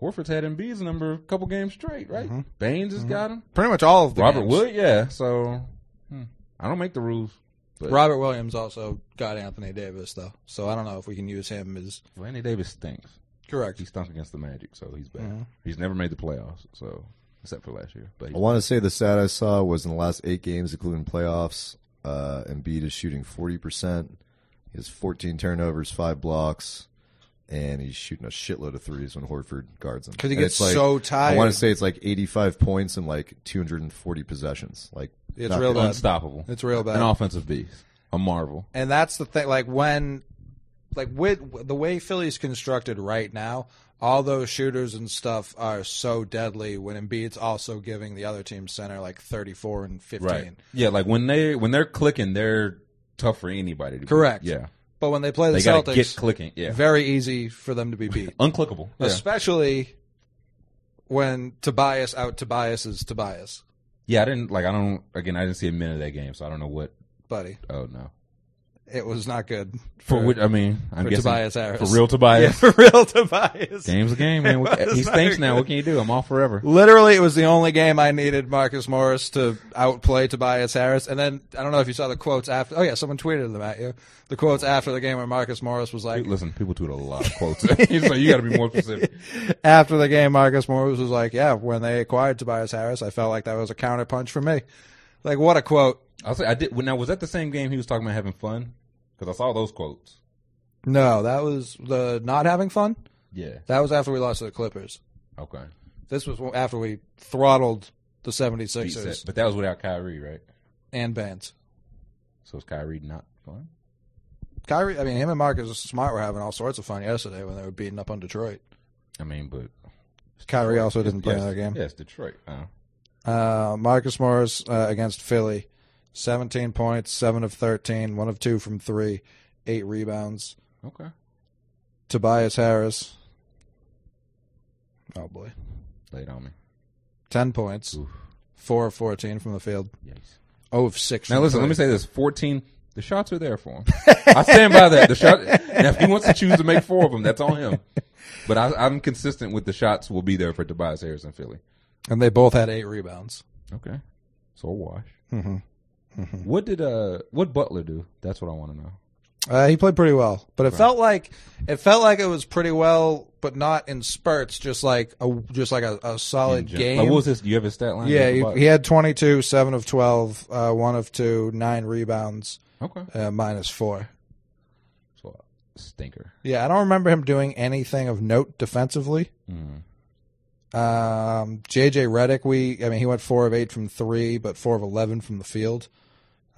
D: Horford's had Embiid's number a couple games straight, right? Baines has got him.
C: Mm-hmm. Pretty much all of the
D: Robert
C: games.
D: Wood, yeah. So hmm. I don't make the rules. But
C: Robert Williams also got Anthony Davis though, so I don't know if we can use him as
D: Well, Anthony Davis stinks.
C: correct.
D: He stunk against the Magic, so he's bad.
C: Mm-hmm.
D: He's never made the playoffs, so except for last year. But
F: I want to say the stat I saw was in the last eight games, including playoffs, uh, Embiid is shooting 40%. He has 14 turnovers, five blocks, and he's shooting a shitload of threes when Horford guards him.
C: 'Cause he
F: And
C: gets
F: it's like-
C: so tired.
F: I want to say it's like 85 points and like 240 possessions. Like
C: It's
F: not
C: real
F: good.
C: bad.
D: unstoppable.
C: uh, It's uh, real bad.
D: An offensive beast, a marvel.
C: and that's the thing. Like when, like with the way Philly's constructed right now, all those shooters and stuff are so deadly. When Embiid's also giving the other team center like thirty-four and fifteen.
D: Right. Yeah, like when they when they're clicking, they're tough for anybody to beat.
C: Correct.
D: Yeah.
C: But when they play the
D: They gotta
C: Celtics,
D: get clicking. Yeah.
C: very easy for them to be beat,
D: Unclickable. Yeah.
C: especially when Tobias out Tobias is Tobias,
D: yeah, I didn't like I don't again I didn't see a minute of that game, so I don't know what
C: buddy.
D: oh no.
C: It was not good
D: For which I mean I'm
C: for
D: guessing
C: Tobias Harris.
D: for real Tobias.
C: for real Tobias.
D: Game's a game, man. What-
C: It's
D: he
C: not
D: stinks now.
C: good.
D: What can you do? I'm off forever.
C: Literally, it was the only game I needed Marcus Morris to outplay Tobias Harris. And then I don't know if you saw the quotes after. Oh yeah, someone tweeted them at you. The quotes after the game where Marcus Morris was like,
D: Listen, people tweet a lot of quotes. so you got to be more specific.
C: after the game, Marcus Morris was like, "Yeah, when they acquired Tobias Harris, I felt like that was a counterpunch for me." Like what a quote.
D: I was, I did. Now was that the same game he was talking about having fun? Because I saw those quotes.
C: No, that was the not having fun.
D: Yeah.
C: That was after we lost to the Clippers.
D: Okay.
C: This was after we throttled the
D: Beat set.
C: 76ers
D: But that was without Kyrie, right?
C: and Bands.
D: So is Kyrie not fun?
C: Kyrie, I mean, him and Marcus Smart were having all sorts of fun yesterday when they were beating up on Detroit.
D: I mean, but
C: Kyrie also didn't play another game.
D: Yes, Detroit. Uh,
C: Uh, Marcus Morris uh, against Philly, 17 points, 7 of 13, 1 of 2 from 3, 8 rebounds.
D: okay.
C: Tobias Harris, oh boy,
D: Laid on me.
C: 10 points,
D: Oof.
C: 4 of 14 from the field,
D: Yikes.
C: 0 of 6
D: Now
C: from
D: listen.
C: three.
D: Let me say this: fourteen. The shots are there for him. I stand by that. The shot. Now, if he wants to choose to make four of them, that's on him. But I, I'm consistent with the shots will be there for Tobias Harris and Philly.
C: And they both had 8 rebounds.
D: Okay. So a wash. What did uh? What Butler do? That's what I want to know.
C: Uh, he played pretty well, but it felt like it felt like it was pretty well, but not in spurts. Just like a just like a, a solid
D: Jim-
C: game.
D: Like, what was this? You have his stat line?
C: yeah,
D: You
C: he,
D: have the
C: he
D: box?
C: had twenty two, seven of 12, uh, one of two, nine rebounds,
D: Okay.
C: uh, minus four.
D: So, stinker.
C: Yeah, I don't remember him doing anything of note defensively.
D: Hmm.
C: Um, JJ Reddick, we I mean he went four of eight from three, but four of eleven from the field,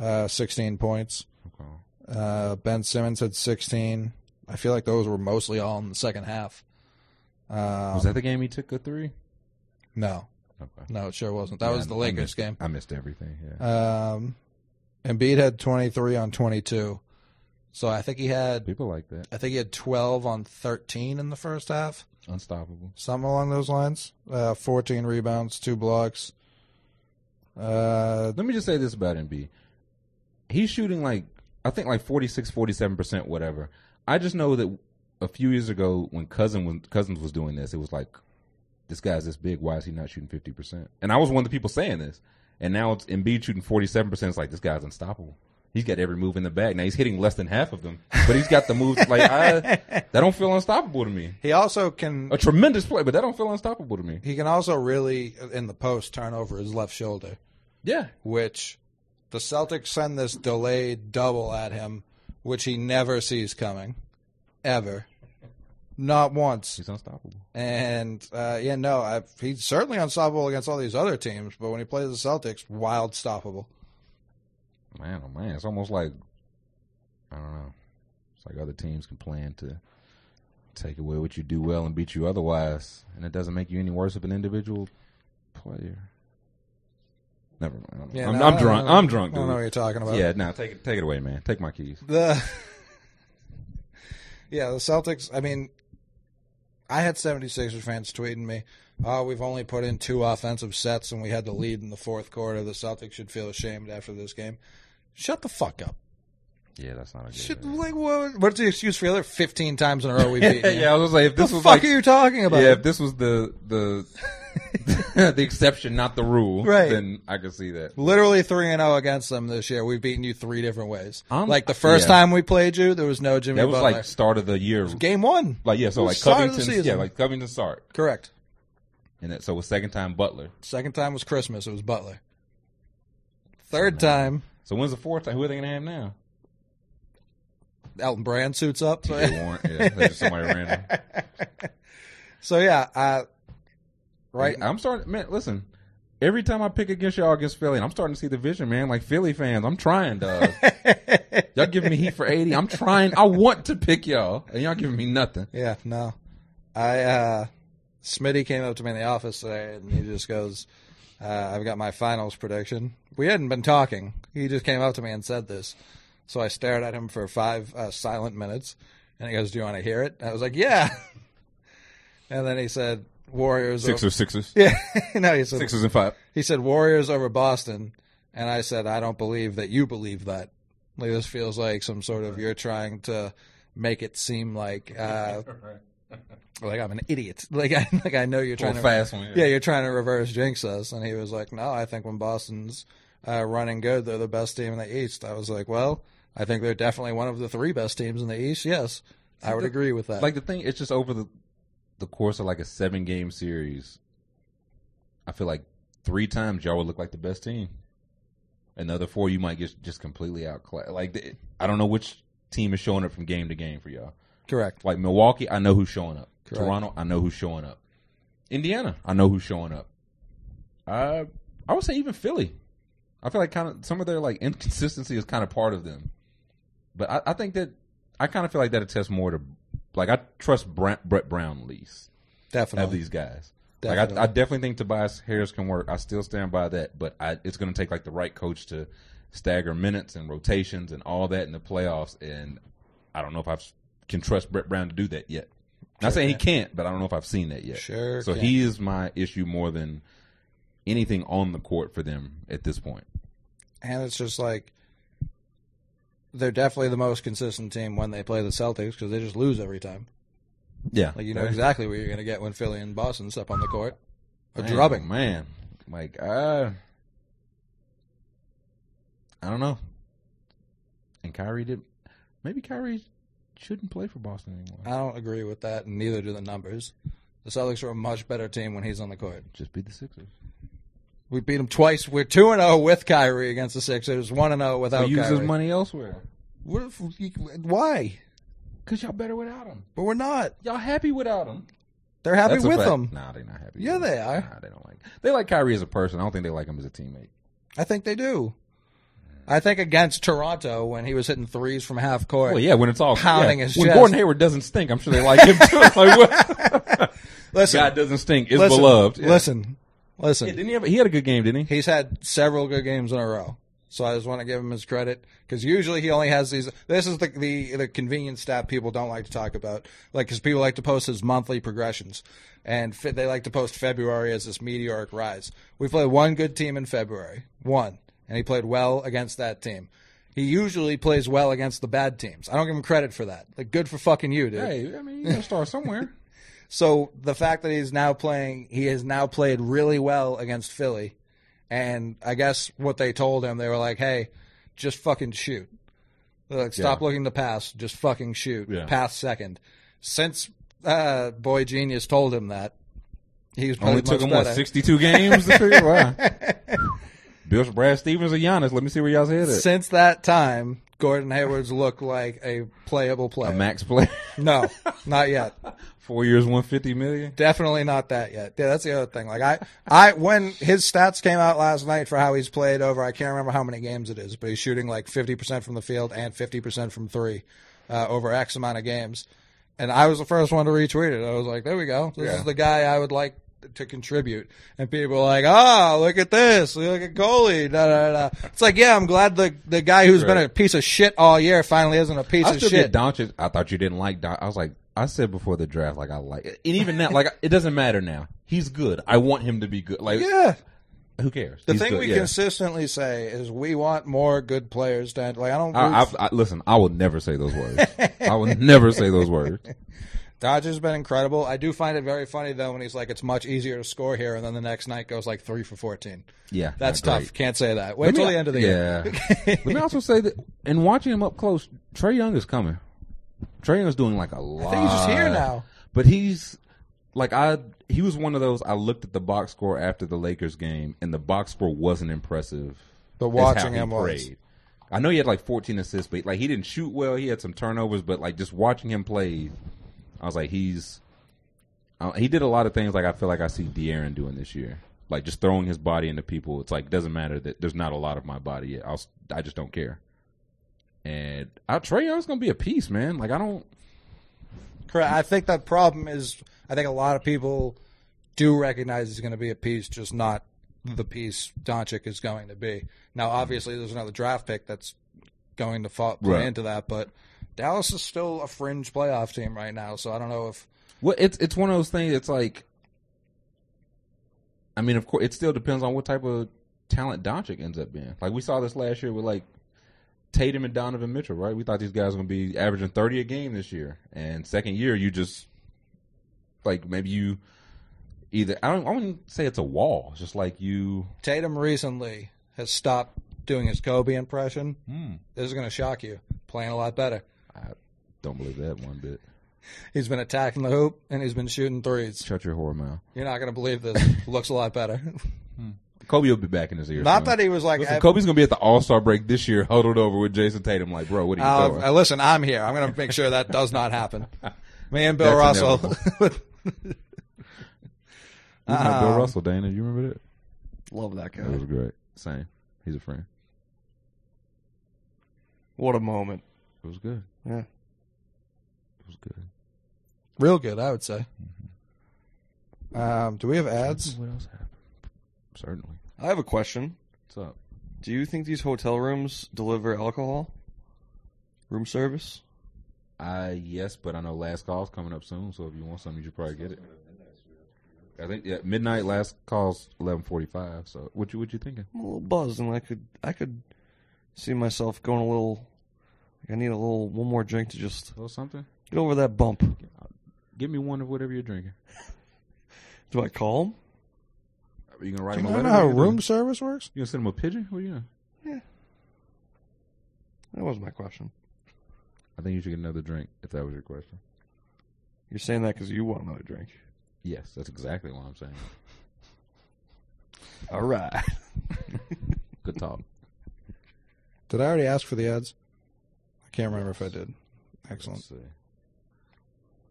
C: uh, sixteen points.
D: Okay.
C: Uh, ben Simmons had sixteen. I feel like those were mostly all in the second half. Um,
D: Was that the game he took a three?
C: no,
D: Okay.
C: no, it sure wasn't. That
D: Yeah,
C: was the
D: I
C: Lakers
D: missed-
C: game.
D: I missed everything. Yeah.
C: Um, Embiid had twenty three on twenty two, so I think he had
D: People like that.
C: I think he had twelve on thirteen in the first half.
D: Unstoppable.
C: something along those lines. Uh, 14 rebounds, two blocks. Uh,
D: Let me just say this about Embiid. He's shooting like I think like 46, 47 percent, whatever. I just know that a few years ago when cousin when cousins was doing this, it was like this guy's this big. Why is he not shooting fifty percent? And I was one of the people saying this. And now it's Embiid shooting forty seven percent. It's like this guy's unstoppable. He's got every move in the bag. Now he's hitting less than half of them, but he's got the moves. Like I, that don't feel unstoppable to me.
C: he also can
D: A tremendous play, but that don't feel unstoppable to me.
C: he can also really in the post turn over his left shoulder,
D: Yeah,
C: which the Celtics send this delayed double at him, which he never sees coming, ever, not once.
D: he's unstoppable.
C: And uh, yeah, no, I, he's certainly unstoppable against all these other teams, but when he plays the Celtics, wild stoppable.
D: Man, oh man, it's almost like I don't know. It's like other teams can plan to take away what you do well and beat you otherwise, and it doesn't make you any worse of an individual player. Never mind. I don't know.
C: Yeah,
D: I'm,
C: no,
D: I'm
C: I don't
D: drunk.
C: know.
D: I'm drunk,
C: I don't know what
D: dude.
C: you're talking about.
D: Yeah, now take it. Take it away, man. Take my keys.
C: the yeah the celtics i mean i had 76ers fans tweeting me oh we've only put in two offensive sets and we had the lead in the fourth quarter the celtics should feel ashamed after this game shut the fuck up
D: Yeah, that's not a good.
C: Shit,
D: idea.
C: like what, what's the excuse for the other 15 times in a row we beat you?
D: yeah, I was like, if
C: the
D: this
C: fuck
D: was like,
C: are you talking about
D: yeah, if this was the the the exception, not the rule,
C: Right.
D: Then I could see that.
C: Literally three and zero against them this year. We've beaten you three different ways.
D: I'm-
C: like the first
D: Um, uh, yeah.
C: time we played you, there was no Jimmy
D: That was
C: Butler.
D: like start of the year.
C: game one,
D: Like yeah, so
C: It
D: like
C: was start of the
D: Covington,
C: season.
D: yeah, like Covington Sark.
C: correct.
D: And that, so was second time Butler.
C: Second time was Christmas. It was Butler. Third time,
D: So when's the fourth time? Who are they going to have now?
C: Elton Brand suits up. So,
D: They weren't. Yeah, they're just somebody random.
C: so, yeah, I, right.
D: I'm starting. Man, listen. Every time I pick against y'all against Philly, and I'm starting to see the vision, man. Like Philly fans, I'm trying, dog. y'all giving me heat for 80. I'm trying. I want to pick y'all, and y'all giving me nothing.
C: yeah, no. I uh Smitty came up to me in the office today, and he just goes, uh, "I've got my finals prediction." We hadn't been talking. He just came up to me and said this. So I stared at him for five uh, silent minutes, and he goes, "Do you want to hear it?" I was like, "Yeah." And then he said, "Warriors over-
D: sixes.
C: Yeah, no, he said
D: and five.
C: he said Warriors over Boston, and I said I don't believe that you believe that. Like this feels like some sort of you're trying to make it seem like uh, like I'm an idiot. Like I like I know you're
D: Or
C: trying to
D: fast one.
C: yeah you're trying to reverse jinx us. And he was like, no, I think when Boston's uh, running good, they're the best team in the East. I was like, well, I think they're definitely one of the three best teams in the East. Yes, I would
D: the-
C: agree with that.
D: Like the thing, it's just over the the course of like a seven game series. I feel like three times y'all would look like the best team. Another four, you might get just completely outclassed. Like the, I don't know which team is showing up from game to game for y'all.
C: correct.
D: Like Milwaukee, I know who's showing up.
C: Correct.
D: Toronto, I know who's showing up. Indiana, I know who's showing up. I I would say even Philly. I feel like kind of some of their like inconsistency is kind of part of them. But I, I think that I kind of feel like that attests more to like I trust Brent, Brett Brown least of
C: Definitely.
D: these guys. Like
C: Definitely.
D: I, I definitely think Tobias Harris can work. I still stand by that, but I, it's going to take like the right coach to stagger minutes and rotations and all that in the playoffs. And I don't know if I can trust Brett Brown to do that yet. Not saying he can't, but I don't know if I've seen that yet.
C: Sure
D: So
C: can.
D: he is my issue more than anything on the court for them at this point.
C: and it's just like they're definitely the most consistent team when they play the Celtics because they just lose every time.
D: Yeah,
C: Like you know exactly what you're going to get when Philly and Boston step on the court. A
D: Dang,
C: drubbing.
D: man. Like uh, I don't know. And Kyrie did. Maybe Kyrie shouldn't play for Boston anymore.
C: I don't agree with that, and neither do the numbers. The Celtics are a much better team when he's on the court.
D: Just beat the Sixers.
C: We beat them twice. We're two and zero with Kyrie against the Sixers. One and zero oh without
D: He uses
C: Kyrie.
D: money elsewhere.
C: What if- you- why?
D: Cause y'all better without him.
C: But we're not.
D: Y'all happy without him.
C: They're happy
D: That's a
C: with
D: fact.
C: him.
D: Nah, they're not happy.
C: Yeah,
D: with him.
C: they are.
D: Nah, they don't like. They like Kyrie as a person. I don't think they like him as a teammate.
C: I think they do. I think against Toronto when he was hitting threes from half court.
D: Well, yeah, when it's all
C: Pounding
D: yeah.
C: his
D: When
C: chest.
D: Gordon Hayward doesn't stink, I'm sure they like him too. Like, what?
C: Listen,
D: God doesn't stink. Is
C: listen,
D: beloved. Yeah.
C: Listen, listen.
D: Yeah, didn't he, have, he had a good game, didn't he?
C: He's had several good games in a row. So I just want to give him his credit because usually he only has these. This is the the, the convenience stat people don't like to talk about, like because people like to post his monthly progressions, and fe- they like to post February as this meteoric rise. We played one good team in February, one, and he played well against that team. He usually plays well against the bad teams. I don't give him credit for that. Like, good for fucking you, dude.
D: Hey, I mean, you gotta start somewhere.
C: So the fact that he's now playing, he has now played really well against Philly, and I guess what they told him, they were like, "Hey, just fucking shoot. They're like, stop looking to pass. Just fucking shoot.
D: Yeah.
C: Pass second. Since uh, Boy Genius told him that, he's played
D: Only
C: much
D: took him
C: better.
D: what 62 games to figure. Wow. Bill, Brad Stevens, or Giannis. Let me see where y'all's head at.
C: Since that time, Gordon Hayward's looked like a playable player.
D: A max play.
C: no, not yet.
D: Four years, 150 million.
C: Definitely not that yet. Yeah, that's the other thing. Like I, I when his stats came out last night for how he's played over, I can't remember how many games it is, but he's shooting like fifty percent from the field and fifty percent from three uh, over X amount of games. And I was the first one to retweet it. I was like, "There we go. This is the guy I would like to contribute." And people were like, "Ah, look at this. Look at goalie." Da, da, da. It's like, yeah, I'm glad the the guy who's been
D: Right.
C: a piece of shit all year finally isn't a piece
D: I
C: of
D: still get
C: shit.
D: Doncic. I thought you didn't like Don. I was like, I said before the draft, like I like, and even now, like it doesn't matter now. He's good. I want him to be good. Like,
C: yeah.
D: who cares?
C: The
D: He's
C: thing
D: good,
C: we
D: yeah.
C: consistently say is we want more good players. That like I don't.
D: I, I, I, listen, I will never say those words. I will never say those words.
C: Dodger's been incredible. I do find it very funny though when he's like, "It's much easier to score here," and then the next night goes like three for fourteen.
D: Yeah,
C: that's
D: not
C: tough.
D: great.
C: Can't say that. Wait till the end of the year.
D: Yeah. Let me also say that, and watching him up close, Trey Young is coming. Trey Young is doing like a lot.
C: think he's just
D: Uh,
C: here now.
D: But he's like I. He was one of those. I looked at the box score after the Lakers game, and the box score wasn't impressive.
C: But
D: as
C: watching
D: how
C: him
D: he
C: was.
D: played. I know he had like 14 assists, but like he didn't shoot well. He had some turnovers, but like just watching him play, I was like, he's uh, he did a lot of things like I feel like I see De'Aaron doing this year, like just throwing his body into people. It's like doesn't matter that there's not a lot of my body yet. I'll, s- I just don't care. And I, Trey Young's gonna be a piece, man. Like I don't.
C: Correct. I think that problem is. I think a lot of people do recognize he's going to be a piece, just not the piece Doncic is going to be. Now, obviously, there's another draft pick that's going to fall, play
D: Right.
C: into that, but Dallas is still a fringe playoff team right now, so I don't know if
D: Well, it's it's one of those things. It's like, I mean, of course, it still depends on what type of talent Doncic ends up being. Like we saw this last year with like Tatum and Donovan Mitchell, right? We thought these guys were going to be averaging thirty a game this year, and second year you just like maybe you either I don't I wouldn't say it's a wall. It's just like you
C: Tatum recently has stopped doing his Kobe impression. This is going to shock you. Playing a lot better.
D: don't believe that one bit.
C: He's been attacking the hoop and he's been shooting threes.
D: Shut your whore mouth.
C: You're not going to believe this. Looks a lot better.
D: Kobe will be back in his ear.
C: Not
D: soon.
C: that he was like.
D: Listen,
C: I-
D: Kobe's gonna be at the All Star break this year, huddled over with Jason Tatum. Like, bro, what are you
C: I'll-
D: doing?
C: uh, listen, I'm here. I'm going to make sure that does not happen. Me and Bill
D: That's
C: Russell.
D: We met
C: Ah.
D: Bill Russell, Dana. You remember that?
C: Love that
D: That
F: Mm-hmm.
D: was
C: guy.
D: great. Same. He's a friend.
E: What a moment.
D: It was good.
E: Yeah.
D: It was good.
C: Real good, I would say. Um, do we have ads?
D: What else happened? Certainly.
E: I have a question.
D: What's up?
E: Do you think these hotel rooms deliver alcohol? Room service?
D: Uh, yes, but I know last call's coming up soon, so if you want something, you should probably get it. I think yeah, midnight last call's eleven forty five. So what you what you thinking?
E: I'm a little buzzed, and I could I could see myself going a little. Like I need a little one more drink to just
D: Or something?
E: get over that bump.
D: Give me one of whatever you're drinking.
E: Do I call him?
D: Are you gonna write
C: Do you
D: him a
C: know
D: letter?
C: how
D: What you
C: room
D: doing?
C: service works?
D: You gonna send him a pigeon? What are you gonna?
E: That was my question.
D: I think you should get another drink if that was your question.
E: You're saying that because you want another drink.
D: Yes, that's exactly what I'm saying.
E: All right.
D: Good talk.
C: Did I already ask for the ads? I can't remember if I did. Excellent.
D: Let's see.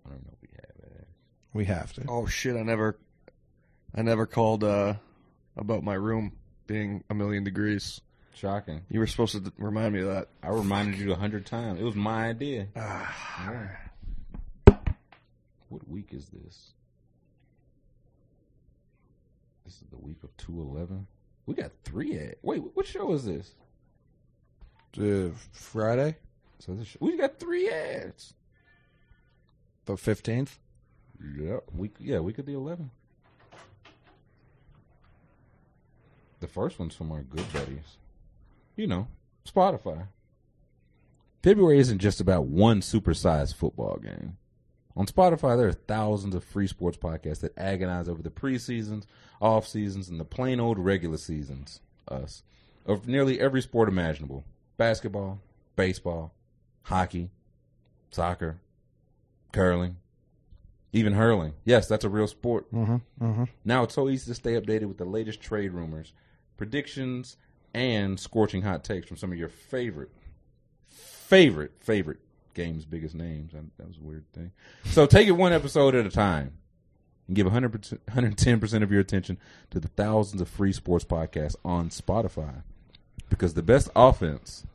D: I don't know if we have it.
C: We have to.
E: Oh shit! I never, I never called uh, about my room being a million degrees.
D: Shocking.
E: You were supposed to remind me of that.
D: I reminded you a hundred times. It was my idea. Yeah. What week is this? This is the week of two eleven. We got three at. Wait, what show is this?
C: Uh, Friday,
D: So this we got three ads.
C: the fifteenth.
D: Yep. Week yeah, week of the eleven. The first one's from our good buddies. You know, Spotify. February isn't just about one supersized football game. On Spotify, there are thousands of free sports podcasts that agonize over the preseasons, off seasons, and the plain old regular seasons. Us of nearly every sport imaginable: basketball, baseball, hockey, soccer, curling, even hurling. Yes, that's a real sport. Mm-hmm, Now it's so easy to stay updated with the latest trade rumors, predictions, and scorching hot takes from some of your favorite, favorite, favorite games' biggest names. I, that was a weird thing. So take it one episode at a time and give 100%, 110% of your attention to the thousands of free sports podcasts on Spotify because the best offense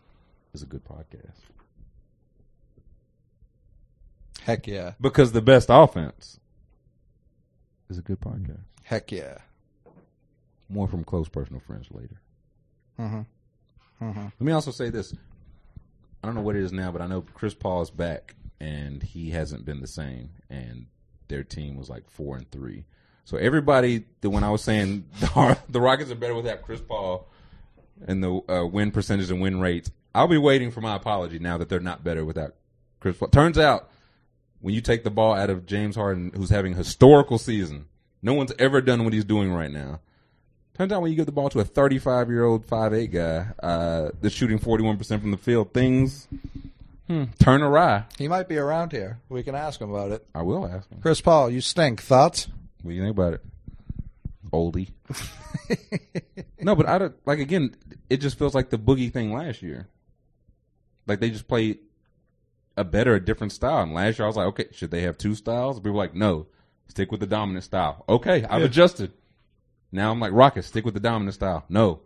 D: is a good podcast.
C: Heck yeah!
D: Because the best offense is a good podcast.
C: Heck yeah!
D: More from close personal friends later. Let me also say this. I don't know what it is now, but I know Chris Paul is back, and he hasn't been the same. And their team was like four and three. So everybody that when I was saying the, Har- the Rockets are better without Chris Paul and the uh, win percentage and win rates, I'll be waiting for my apology now that they're not better without Chris Paul. Turns out when you take the ball out of James Harden, who's having a historical season, no one's ever done what he's doing right now. Turns out when you give the ball to a 35 year old 5'8 guy uh, that's shooting 41% from the field, things hmm, turn awry.
C: He might be around here. We can ask him about it.
D: I will ask him.
C: Chris Paul, you stink. Thoughts?
D: What do you think about it? Oldie. no, but I don't, like again, it just feels like the boogie thing last year. Like they just played a better, a different style. And last year I was like, okay, should they have two styles? People were like, no, stick with the dominant style. Okay, I've adjusted. Now I'm like, Rockets, stick with the dominant style. No,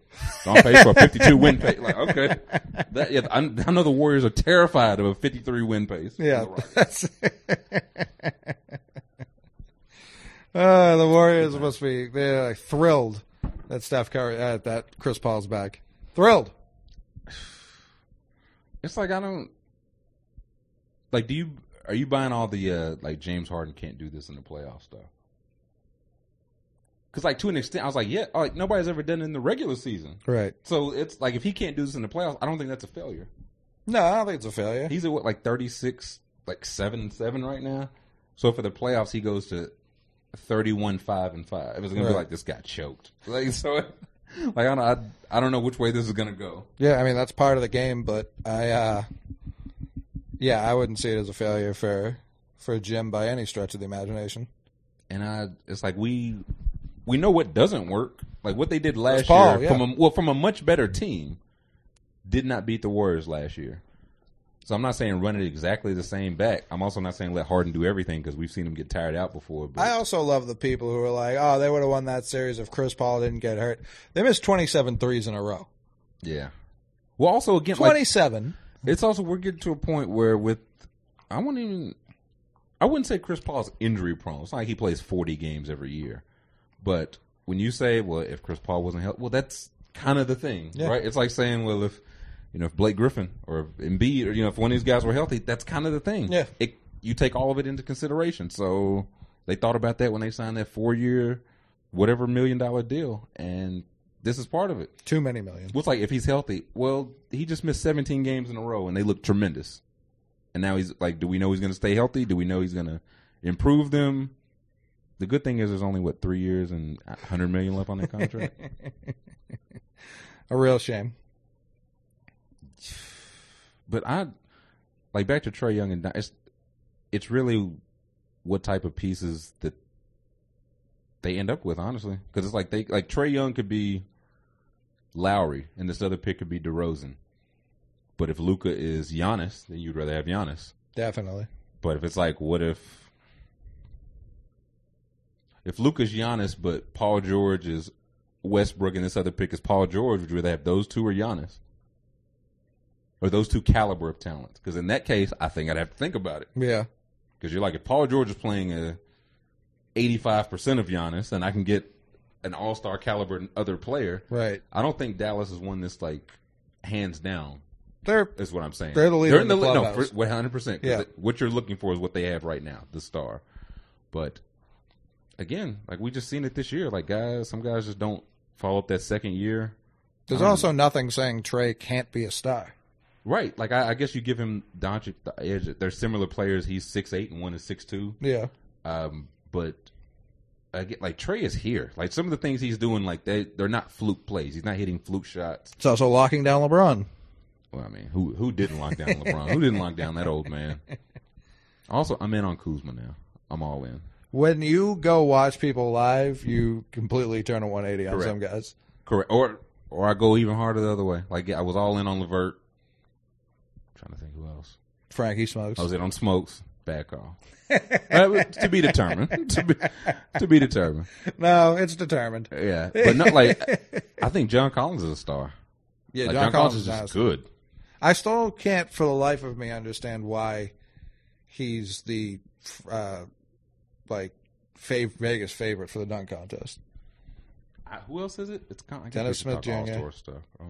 D: don't pay for a 52 win pace. Like, okay, that, yeah, I, I know the Warriors are terrified of a 53 win pace.
C: Yeah. uh, the Warriors must be they're like, thrilled that Steph Curry uh, that Chris Paul's back. Thrilled.
D: It's like I don't like. Do you are you buying all the uh like James Harden can't do this in the playoffs stuff? Because like to an extent, I was like, yeah, like nobody's ever done it in the regular season.
C: Right.
D: So it's like if he can't do this in the playoffs, I don't think that's a failure.
C: No, I don't think it's a failure.
D: He's at what like thirty six, like seven and seven right now. So for the playoffs, he goes to thirty one five and five. It was gonna
C: Right.
D: be like this guy choked. Like so, like I don't, I, I don't know which way this is gonna go.
C: Yeah, I mean that's part of the game, but I uh yeah, I wouldn't see it as a failure for for Jim by any stretch of the imagination.
D: and I it's like we we know what doesn't work. Like what they did last
C: Paul,
D: year
C: yeah.
D: from a well from a much better team did not beat the Warriors last year. So I'm not saying run it exactly the same back. I'm also not saying let Harden do everything because we've seen him get tired out before. But
C: I also love the people who are like, "Oh, they would have won that series if Chris Paul didn't get hurt." They missed 27 threes in a row.
D: yeah. Well, also again, like,
C: 27.
D: it's also we're getting to a point where with I wouldn't even I wouldn't say Chris Paul's injury prone. It's not like he plays forty games every year, but when you say, well, if Chris Paul wasn't healthy, well, that's kind of the thing,
C: Yeah.
D: right? It's like saying, well, if you know if Blake Griffin or if Embiid or you know if one of these guys were healthy, that's kind of the thing.
C: Yeah.
D: it, you take all of it into consideration. So they thought about that when they signed that four year, whatever million dollar deal, and this is part of it.
C: Too many million.
D: What's like if he's healthy? Well, he just missed 17 games in a row and they look tremendous. And now he's like, do we know he's going to stay healthy? Do we know he's going to improve them? The good thing is there's only what three years and 100 million left on that contract.
C: A real shame.
D: but I like back to Trey Young and Don- it's it's really what type of pieces that they end up with, honestly, because it's like they like Trey Young could be Lowry, and this other pick could be DeRozan. But if Luca is Giannis, then you'd rather have Giannis.
C: Definitely.
D: But if it's like, what if if Luca's Giannis, but Paul George is Westbrook, and this other pick is Paul George, would you rather have those two or Giannis? Or those two caliber of talents? Because in that case, I think I'd have to think about it.
C: Yeah.
D: Because you're like, if Paul George is playing a 85% of Giannis, and I can get an all star caliber other player,
C: Right.
D: I don't think Dallas is one that's like hands down.
C: They're
D: Is what I'm saying.
C: They're the leader in the
D: li- no,
C: clubhouse.
D: one hundred percent.
C: Yeah.
D: What you're looking for is what they have right now, the star. But again, like we just seen it this year. Like guys, some guys just don't follow up that second year. Um,
C: there's also nothing saying Trey can't be a star.
D: Right. Like I, I guess you give him Doncic the edge. They're similar players. He's six eight and one is six two.
C: Yeah.
D: Um, but again, like Trey is here. Like some of the things he's doing, like they they're not fluke plays. He's not hitting fluke shots.
C: It's also locking down LeBron.
D: Well, I mean, who who didn't lock down LeBron? who didn't lock down that old man? Also, I'm in on Kuzma now. I'm all in.
C: When you go watch people live, you completely turn a 180 on
D: Correct.
C: some guys.
D: Correct. Or or I go even harder the other way. Like yeah, I was all in on Levert. trying to think who else.
C: Frankie smokes.
D: I was in on Smokes. Back off. Uh, to be determined. to be to be determined.
C: No, it's determined.
D: Yeah, but not like I think John Collins is a star.
C: Yeah,
D: Like,
C: John, Collins is
D: just
C: nice.
D: good.
C: I still can't, for the life of me, understand why he's the uh, like fav- Vegas favorite for the dunk contest.
D: I- who else is it? It's kind of
C: Dennis Smith Jr..
D: All-star stuff. Uh,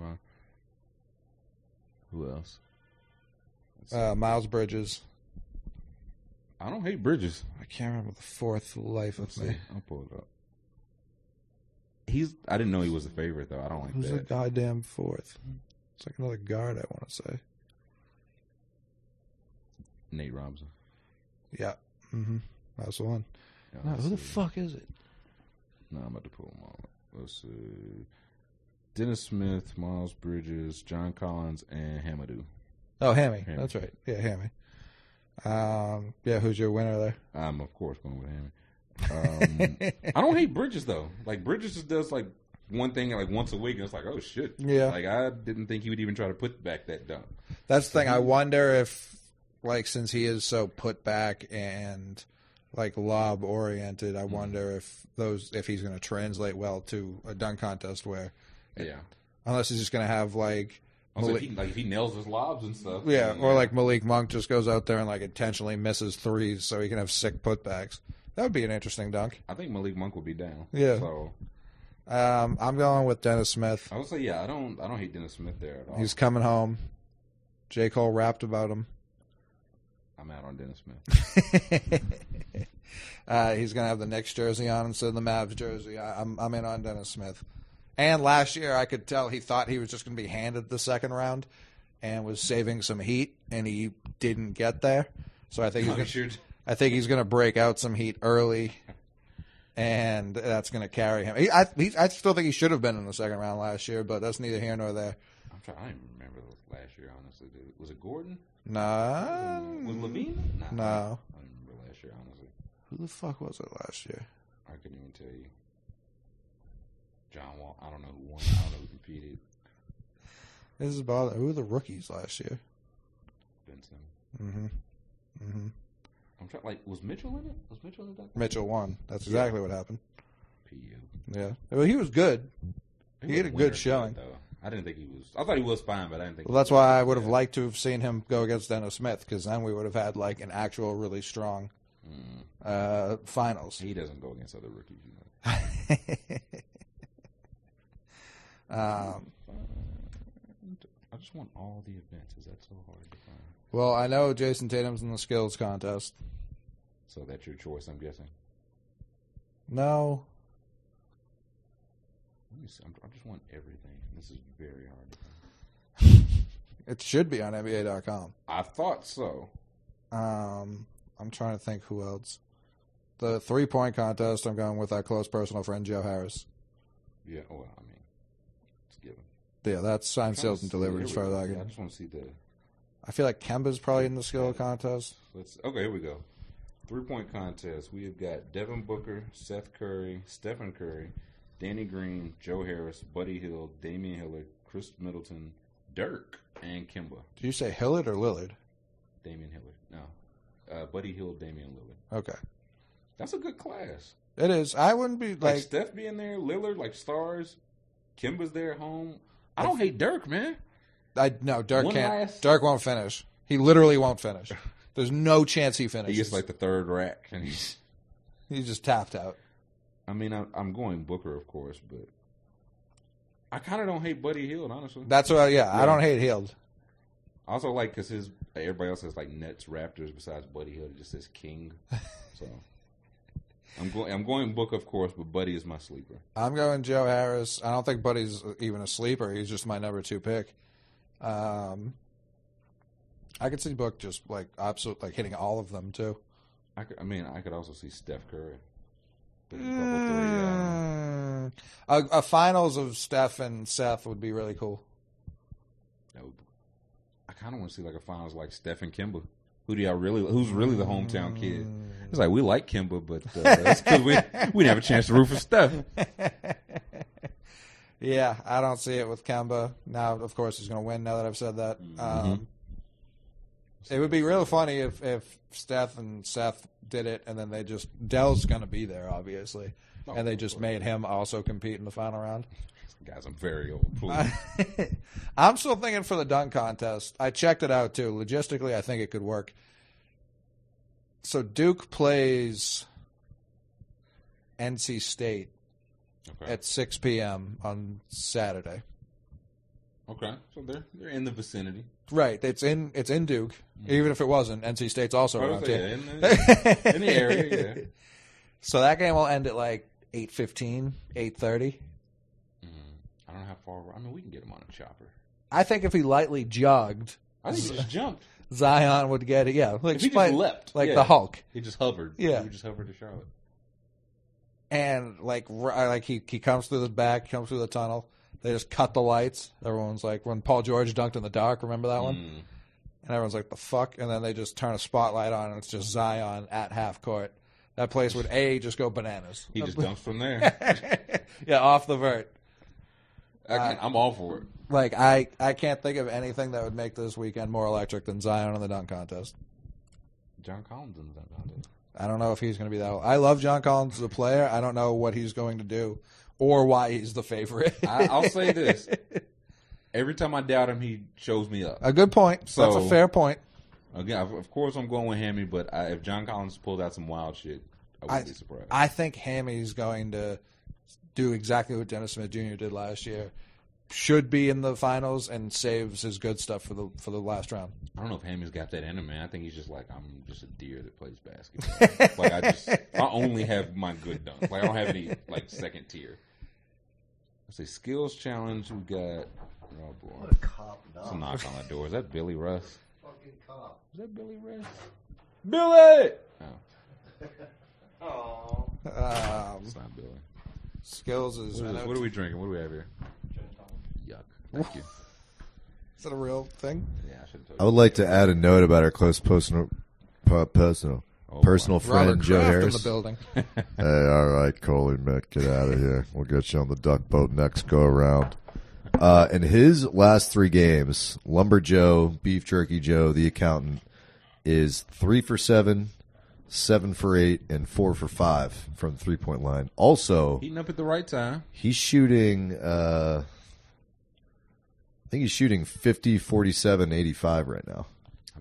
D: who else?
C: Uh, Miles Bridges.
D: I don't hate Bridges.
C: I can't remember the fourth life of me.
D: I'll pull it up. He's. I didn't know he was a favorite though. I don't like
C: Who's the
D: that.
C: goddamn fourth? It's like another guard. I want to say.
D: Nate Robinson.
C: Yeah. Mm-hmm. That's the one.
D: Yeah,
C: No,
D: let's
C: who the
D: see.
C: fuck is it?
D: No, I'm about to pull them all. up. Let's see. Dennis Smith, Miles Bridges, John Collins, and Hamadou.
C: Oh, Hammy.
D: Hammy.
C: That's right. Yeah, Hammy. Um, yeah, who's your winner there?
D: I'm of course going with him. Um, I don't hate Bridges though. Like Bridges just does like one thing like once a week, and it's like, oh shit.
C: Yeah.
D: Like I didn't think he would even try to put back that dunk.
C: That's the thing. I wonder if, like, since he is so put back and like lob oriented, I wonder if those if he's going to translate well to a dunk contest where,
D: Yeah.
C: unless he's just going to have like,
D: Also,
C: Malik-
D: if he, like if he nails his lobs and uh, stuff.
C: yeah,
D: then-
C: or like Malik Monk just goes out there and like intentionally misses threes so he can have sick putbacks. That would be an interesting dunk.
D: I think Malik Monk would be down.
C: Yeah.
D: So
C: Um, I'm going with Dennis Smith.
D: I would say yeah. I don't. I don't hate Dennis Smith there at all.
C: He's coming home. J Cole rapped about him.
D: I'm out on Dennis Smith.
C: uh, he's going to have the Knicks jersey on instead of the Mavs jersey. I, I'm I'm in on Dennis Smith. And last year, I could tell he thought he was just going to be handed the second round, and was saving some heat, and he didn't get there. So I think he's
D: I
C: gonna,
D: should.
C: I think he's going to break out some heat early, and that's going to carry him. He, I he, I still think he should have been in the second round last year, but that's neither here nor there.
D: I'm trying. I don't even remember the last year. Honestly, dude. was it Gordon?
C: Nah,
D: Was Levine? Nah,
C: No.
D: I don't remember last year. Honestly,
C: who the fuck was it last year?
D: I couldn't even tell you. John Wall. I don't know who won. I don't know who competed.
C: This is bother. Who were the rookies last year?
D: Benson.
C: Mm-hmm. Mm-hmm.
D: I'm trying. Like, was Mitchell in it? Was Mitchell in that?
C: Mitchell won. That's exactly what happened.
D: PU.
C: Yeah. Well, he was good. He had
D: was
C: a good
D: winner for that,
C: showing.
D: though. I didn't think he was. I thought he was fine, but I didn't think.
C: Well, that's why I would have liked to have seen him go against Dennis Smith because then we would have had like an actual really strong uh, finals.
D: he doesn't go against other rookies. You know.
C: Um,
D: I just want all the advances. That's so hard to find.
C: well, I know Jason Tatum's in the skills contest.
D: So that's your choice, I'm guessing.
C: No,
D: Let me see. I'm, I just want everything. This is very hard. To find.
C: it should be on NBA.com.
D: I thought so.
C: Um, I'm trying to think who else. The three point contest, I'm going with our close personal friend Joe Harris.
D: Yeah. Well, I mean, it's given.
C: Yeah, that's sign,
D: Trying
C: sales,
D: to
C: and
D: see-
C: delivery
D: here
C: as
D: we
C: far as
D: go.
C: I
D: Yeah, I
C: can.
D: just want to see the.
C: I feel like Kemba's probably in the skill contest.
D: Let's. Okay. Here we go. Three point contest. We have got Devin Booker, Seth Curry, Stephen Curry, Danny Green, Joe Harris, Buddy Hill, Damian Hillard, Chris Middleton, Dirk, and Kimba.
C: Did you say Hillard or Lillard?
D: Damian Hillard. No. Uh, Buddy Hill, Damian Lillard.
C: Okay.
D: That's a good class.
C: It is. I wouldn't be
D: Like,
C: like.
D: Steph being there, Lillard, like stars, Kimba's there at home. I don't hate Dirk, man.
C: I no. Dirk
D: One
C: can't.
D: last-
C: Dirk won't finish. He literally won't finish. There's no chance he
D: He
C: finishes.
D: gets like the third rack, and he's.
C: He's just tapped out.
D: I mean, I'm, I'm going Booker, of course, but I kind of don't hate Buddy Hill, honestly.
C: That's why. Yeah, I
D: Yeah.
C: don't hate Hield.
D: also, like, because his everybody else has like Nets, Raptors, besides Buddy Hill, it just says King. so I'm going. I'm going Book, of course, but Buddy is my sleeper.
C: I'm going Joe Harris. I don't think Buddy's even a sleeper. He's just my number two pick. Um, I could see Book just like absolute like hitting all of them too.
D: I, could, I mean, I could also see Steph Curry. Big bubble three, uh, yeah.
C: Mm. A, a finals of Steph and Seth would be really cool.
D: That would- I kind of want to see like a finals like Steph and Kimba. Who do y'all really? Who's really the hometown kid? It's like we like Kimba, but uh, that's 'cause we we didn't have a chance to root for Steph.
C: Yeah, I don't see it with Kemba. Now, of course, he's going to win. Now that I've said that, um, it would be real funny if if Steph and Seth did it, and then they just Dell's going to be there, obviously, and they just made him also compete in the final round.
D: Guys, I'm very old. Please.
C: I'm still thinking for the dunk contest. I checked it out too. Logistically, I think it could work. So Duke plays NC State
D: Okay.
C: at 6 p.m. on Saturday.
D: okay, so they're they're in the vicinity.
C: Right, it's in it's in Duke.
D: Mm-hmm.
C: Even if it wasn't, NC State's also around
D: yeah,
C: here.
D: in, the, in the area. Yeah.
C: So that game will end at like 8:15, 8:30.
D: I don't know how far. we're- I mean, we can get them on a chopper.
C: I think if he lightly jogged,
D: I think he just jumped.
C: Zion would get it. Yeah, like
D: If he just
C: split-
D: leapt,
C: like
D: yeah.
C: the Hulk.
D: He just hovered.
C: Yeah.
D: he just hovered to Charlotte.
C: and like r- like he he comes through the back, comes through the tunnel. They just cut the lights. Everyone's like when Paul George dunked in the dark. Remember that one?
D: Mm.
C: And everyone's like, "The fuck!" And then they just turn a spotlight on, and it's just Zion at half court. That place would a just go bananas.
D: He just dumps from there.
C: yeah, off the vert.
D: I can, I'm all for it.
C: Like I I can't think of anything that would make this weekend more electric than Zion in the dunk contest.
D: John Collins in the dunk.
C: I don't know if he's going to be that. I love John Collins as a player. I don't know what he's going to do or why he's the favorite.
D: I, I'll say this: every time I doubt him, he shows me up.
C: a good point. That's a
D: So-
C: fair point.
D: Again, of- of course, I'm going with Hammy, but I, if John Collins pulled out some wild shit, I wouldn't be surprised.
C: I think Hammy's going to do exactly what Dennis Smith Jr. did last year. Should be in the finals and saves his good stuff for the for the last round.
D: I don't know if Hammy's got that in him, man. I think he's just like I'm just a deer that plays basketball. like I just, I only have my good dunk. Like I don't have any like second tier. Let's see, skills challenge. We got oh boy,
F: Cop,
D: it's a knock on the door. Is that Billy Russ?
F: fucking cop.
D: Is that Billy Russ? Billy. Oh,
C: Um,
D: it's not Billy.
C: skills is
D: What, is, what are we drinking? What do we have here? Yuck. Thank you.
C: is that a real thing?
D: Yeah, I should have
F: I
D: told
F: would like to add a note about our close personal po- personal
D: Oh,
F: personal friend
C: Robert
F: Joe
C: Kraft
F: Harris.
C: in the building.
F: Hey, all right, Coley, Mick, get out of here. We'll get you on the duck boat next go around. Uh, in his last three games, Lumber Joe, Beef Jerky Joe, the accountant, is three for seven, seven for eight, and four for five from three point line. Also,
D: you. Heating up at the right time.
F: he's shooting, uh, I think he's shooting 50, 47, 85 right now.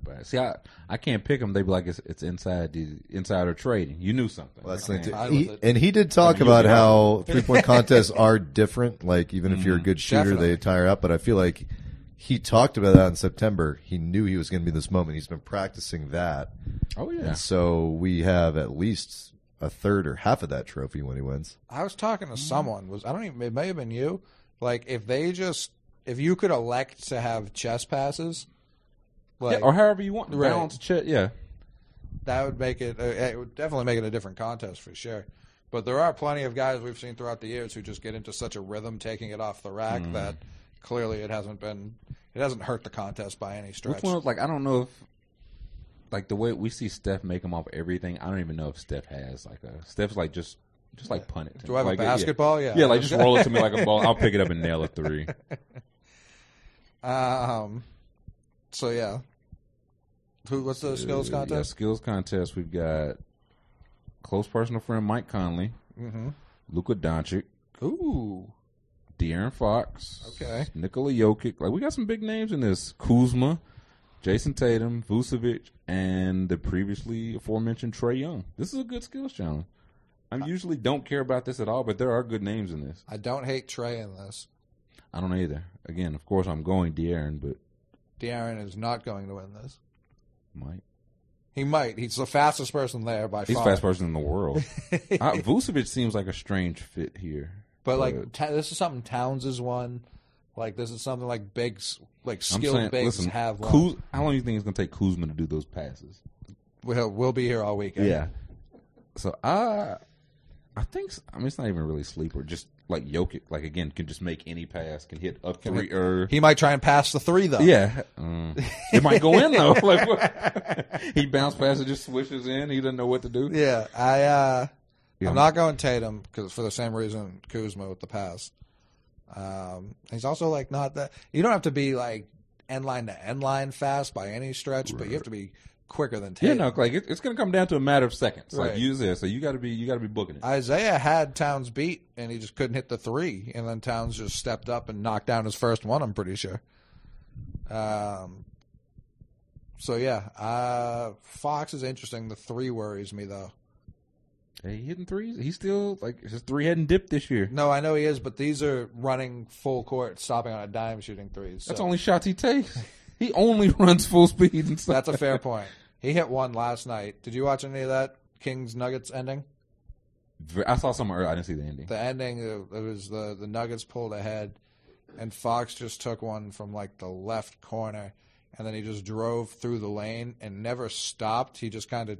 D: But see, I, I can't pick them. They be like, it's, it's inside the insider trading. You knew something.
F: Well, that's
D: I
F: the
D: can't-
C: fine
F: thing, too.
C: with
F: He- and he did talk
D: I mean,
F: about
D: you'll be
F: how three point contests are different. Like even if
D: Mm-hmm.
F: you're a good shooter,
C: Definitely.
F: they tire out. But I feel like he talked about that in September. He knew he was going to be this moment. He's been practicing that,
D: oh yeah.
F: and so we have at least a third or half of that trophy when he wins.
C: I was talking to someone. Was I don't even. It may have been you. Like if they just if you could elect to have chess passes, like
D: Yeah, or however you want.
C: Right.
D: Balance check. Yeah.
C: that would make it uh, it would definitely make it a different contest for sure. But there are plenty of guys we've seen throughout the years who just get into such a rhythm taking it off the rack
D: Mm-hmm.
C: that clearly it hasn't been it hasn't hurt the contest by any stretch.
D: Which one? Like, I don't know if like the way we see Steph make them off everything. I don't even know if Steph has like a Steph's like just just like punt it. to
C: Do
D: me.
C: I have a
D: Like,
C: basketball?
D: Yeah.
C: Yeah.
D: yeah, like just roll it to me like a ball. I'll pick it up and nail a three.
C: Um, so yeah, who? What's the skills
D: Uh, yeah,
C: contest?
D: skills contest. We've got close personal friend Mike Conley
C: Mm-hmm.
D: Luka Doncic,
C: Ooh.
D: De'Aaron Fox,
C: Okay.
D: Nikola Jokic. Like we got some big names in this: Kuzma, Jason Tatum, Vucevic, and the previously aforementioned Trey Young. This is a good skills challenge. I usually don't care about this at all, but there are good names in this.
C: I don't hate Trey in this.
D: I don't either. Again, of course, I'm going De'Aaron, but
C: De'Aaron is not going to win this.
D: Mike.
C: He might. He's the fastest person there by
D: He's the
C: far.
D: fastest person in the world. I, Vucevic seems like a strange fit here.
C: But like ta- this is something Towns has won. Like this is something like bigs, like
D: I'm
C: skilled
D: saying,
C: bigs
D: listen,
C: have won.
D: Kuz, how long do you think it's going to take Kuzma to do those passes?
C: We'll, we'll be here all weekend.
D: So I, I think s- I mean it's not even really sleeper. Just like Jokic, like again, can just make any pass, can hit a three or
C: He might try and pass the three though.
D: yeah, Mm. it might go in though. like what? he bounced past it, just swishes in. He doesn't know what to do.
C: Yeah, I uh,
D: Yeah.
C: I'm not going Tatum because for the same reason Kuzma with the pass. Um, he's also like not that. You don't have to be like end line to end line fast by any stretch, but you have to be quicker than
D: Yeah,
C: Tatum.
D: no, like it, it's going to come down to a matter of seconds.
C: Right.
D: Like you there, so you got to be you got to be booking it.
C: Isaiah had Towns beat, and he just couldn't hit the three. And then Towns just stepped up and knocked down his first one. I'm pretty sure. Um. So yeah, uh, Fox is interesting. The three worries me though.
D: Hey, he hitting threes. He's still like his three hadn't dipped this year.
C: No, I know he is, but these are running full court, stopping on a dime, shooting threes. So
D: That's only shots he takes. He only runs full speed and stuff.
C: that's a fair point. He hit one last night. Did you watch any of that Kings Nuggets ending?
D: I saw somewhere earlier. I didn't see the ending.
C: The ending uh, it was the the Nuggets pulled ahead, and Fox just took one from like the left corner, and then he just drove through the lane and never stopped. He just kind of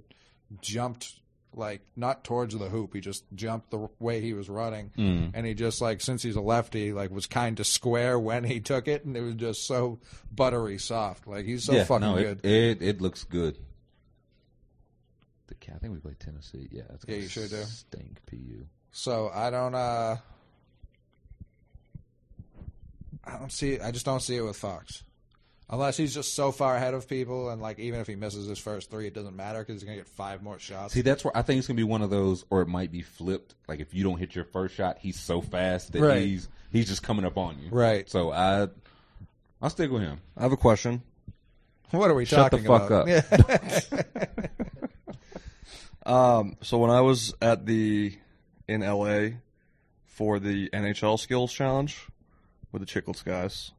C: jumped like not towards the hoop. He just jumped the way he was running,
D: Hmm.
C: and he just like since he's a lefty, like was kind of square when he took it, and it was just so buttery soft. Like he's so fucking
D: no,
C: good.
D: it, It, it looks good. The Ca- I think we play Tennessee. Yeah, that's
C: Yeah,
D: gonna
C: you sure do.
D: Stink pu.
C: So I don't uh I don't see I just don't see it with Fox. Unless he's just so far ahead of people and like even if he misses his first 3 it doesn't matter cuz he's going to get five more shots.
D: See, that's where I think it's gonna be one of those, or it might be flipped. Like if you don't hit your first shot, he's so fast that
C: Right.
D: he's he's just coming up on you.
C: Right.
D: So I I'll stick with him.
E: I have a question.
C: What are we
E: Shut the
C: talking
E: fuck
C: about?
E: up.
C: Yeah.
E: Um, so when I was at the in LA for the NHL skills challenge with the Chicklets guys,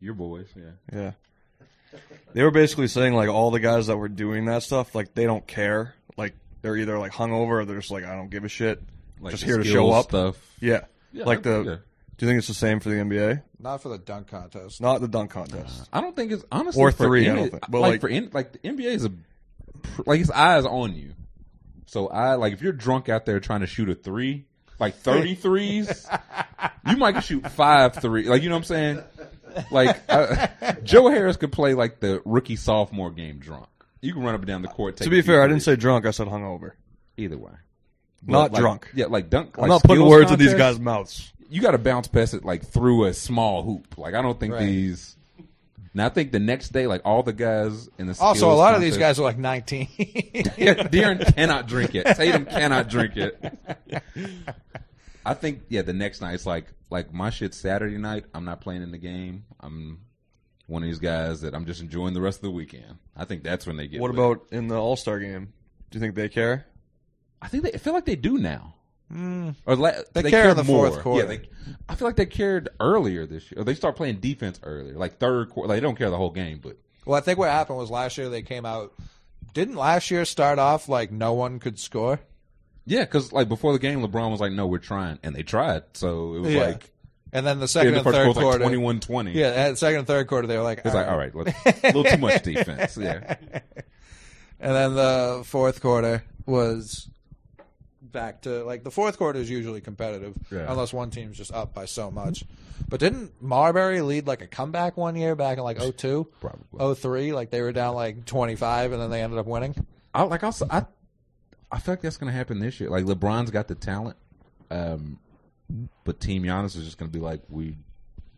D: Your boys, yeah.
E: yeah, they were basically saying like all the guys that were doing that stuff, like they don't care, like they're either like hungover or they're just like I don't give a shit, just
D: the
E: here to show
D: skills
E: up.
D: stuff.
E: Yeah.
D: Yeah,
E: like
D: I-
E: the.
D: yeah.
E: Do you think it's the same for the NBA?
C: Not for the dunk contest.
E: Not the dunk contest.
D: I don't think it's honestly
E: Or
D: for
E: three, I
D: any-
E: don't think. But,
D: like,
E: like-
D: for any, like the NBA is a like its eyes on you. So I like if you're drunk out there trying to shoot a three, like 30 threes, you might shoot five three. Like you know what I'm saying? Like I, Joe Harris could play like the rookie sophomore game drunk. You can run up and down the court. Take
E: to
D: a
E: be
D: few
E: fair, I didn't
D: threes.
E: say drunk. I said hungover.
D: either way.
E: Not
D: Like-
E: drunk.
D: Yeah, like dunk.
E: I'm not putting words in
D: in
E: these guys' mouths.
D: you got to bounce past it like through a small hoop. Like I don't think
C: Right.
D: these. Now I think the next day, like all the guys in the
C: Also, a
D: skills
C: lot of these guys
D: contest-
C: are like 19.
D: yeah, De'Aaron cannot drink it. Tatum cannot drink it. I think yeah, the next night it's like like my shit Saturday night. I'm not playing in the game. I'm one of these guys that I'm just enjoying the rest of the weekend. I think that's when they get.
E: What
D: lit.
E: about in the All Star game? Do you think they care?
D: I think they I feel like they do now. Or la- Hmm. they,
C: care in
D: cared
C: the
D: more.
C: fourth quarter.
D: Yeah, they, I feel like they cared earlier this year. Or they start playing defense earlier, like third quarter. Like, they don't care the whole game, but
C: well, I think what happened was last year they came out didn't last year start off like no one could score?
D: yeah, because like before the game, LeBron was like, "No, we're trying," and they tried. So it was
C: Yeah.
D: like
C: And then the
D: in
C: second
D: the
C: and
D: first
C: third
D: quarter, was like
C: quarter.
D: 21-20.
C: yeah, and second and third quarter they were like
D: it's like all right, let's, a little too much defense. Yeah,
C: And then the fourth quarter was back to like the fourth quarter is usually competitive
D: Yeah.
C: unless one team's just up by so much. But didn't Marbury lead like a comeback one year back in like 02?
D: Probably.
C: 03, like they were down like 25 and then they ended up winning.
D: I like also I I feel like that's gonna happen this year. Like LeBron's got the talent, um, but Team Giannis is just gonna be like we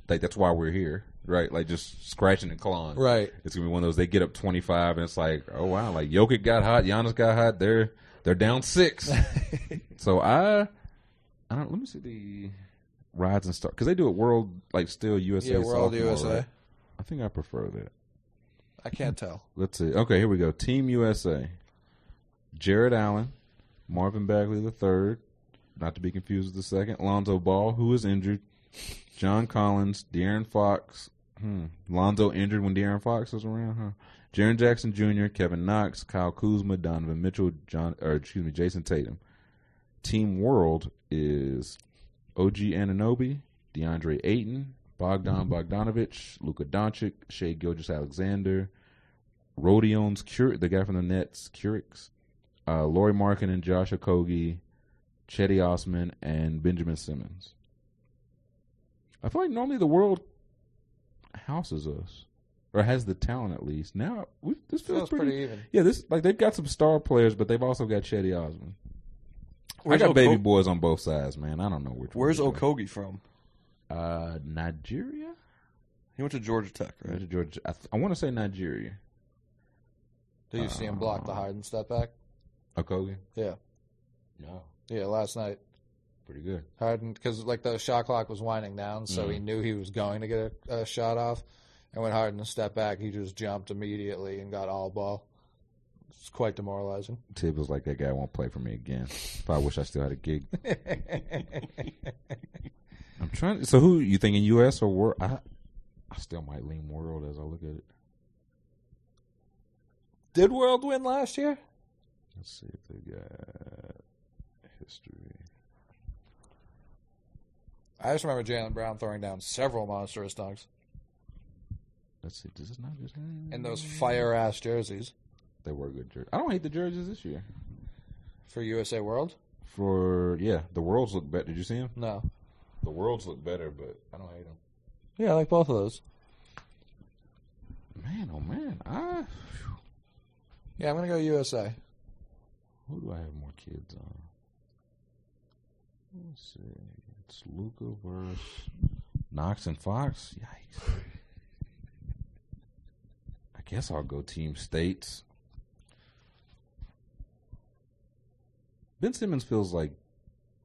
D: like that's why we're here, right? Like just scratching and clawing,
C: Right.
D: It's gonna be one of those they get up twenty five and it's like oh wow, like Jokic got hot, Giannis got hot. They're They're down six. so I, I don't. Let me see the rides and stuff because they do it world like still USA.
C: Yeah, World
D: sophomore,
C: USA.
D: right? I think I prefer that.
C: I can't tell.
D: Let's see. Okay, here we go. Team USA. Jared Allen, Marvin Bagley the third, not to be confused with the second. Lonzo Ball, who is injured. John Collins, De'Aaron Fox. Hmm. Lonzo injured when De'Aaron Fox was around, huh? Jaron Jackson Jr., Kevin Knox, Kyle Kuzma, Donovan Mitchell, John, or excuse me, Jason Tatum. Team World is OG Ananobi, DeAndre Ayton,
C: Mm-hmm.
D: Bogdan Bogdanovich, Luka Doncic, Shea Gilgis Alexander, Rodion's Curic, the guy from the Nets, Curix, uh, Laurie Markin and Josh Okogie, Chetty Osman, and Benjamin Simmons. I feel like normally the world houses us, or has the talent at least. Now we, this feels,
C: Feels pretty even.
D: Yeah, this like they've got some star players, but they've also got Chetty Osman.
E: Where's
D: I got baby
E: Oko-
D: boys on both sides, man. I don't know which. one
E: Where's
D: to go.
E: Okogie from?
D: Uh, Nigeria.
E: He went to Georgia Tech,
D: Or is
E: right?
D: it Georgia? I, th- I want to say Nigeria.
C: Do you see him block
D: Uh,
C: the hide and step back?
D: Okogie.
C: Yeah,
D: No,
C: yeah. Last night,
D: pretty good.
C: Harden, because like the shot clock was winding down, so he knew he was going to get a, a shot off. And when Harden stepped back, he just jumped immediately and got all ball. It's quite demoralizing.
D: Tibbs was like, "That guy won't play for me again." Probably wish I still had a gig. I'm trying. So, who you thinking, U.S. or world? I, I still might lean world as I look at it.
C: Did World win last year?
D: Let's see if they got history.
C: I just remember Jalen Brown throwing down several monstrous dunks
D: Let's see. Does this not just?
C: in those fire ass jerseys
D: They were good jerseys. I don't hate the jerseys this year.
C: for USA World.
D: For yeah, the worlds look better. Did you see them?
C: No,
D: The worlds look better, but I don't hate them.
C: yeah, I like both of those.
D: Man, oh man, I. phew.
C: Yeah, I'm gonna go USA.
D: Who do I have more kids on? Let's see. It's Luca versus Knox and Fox. Yikes. I guess I'll go Team States. Ben Simmons feels like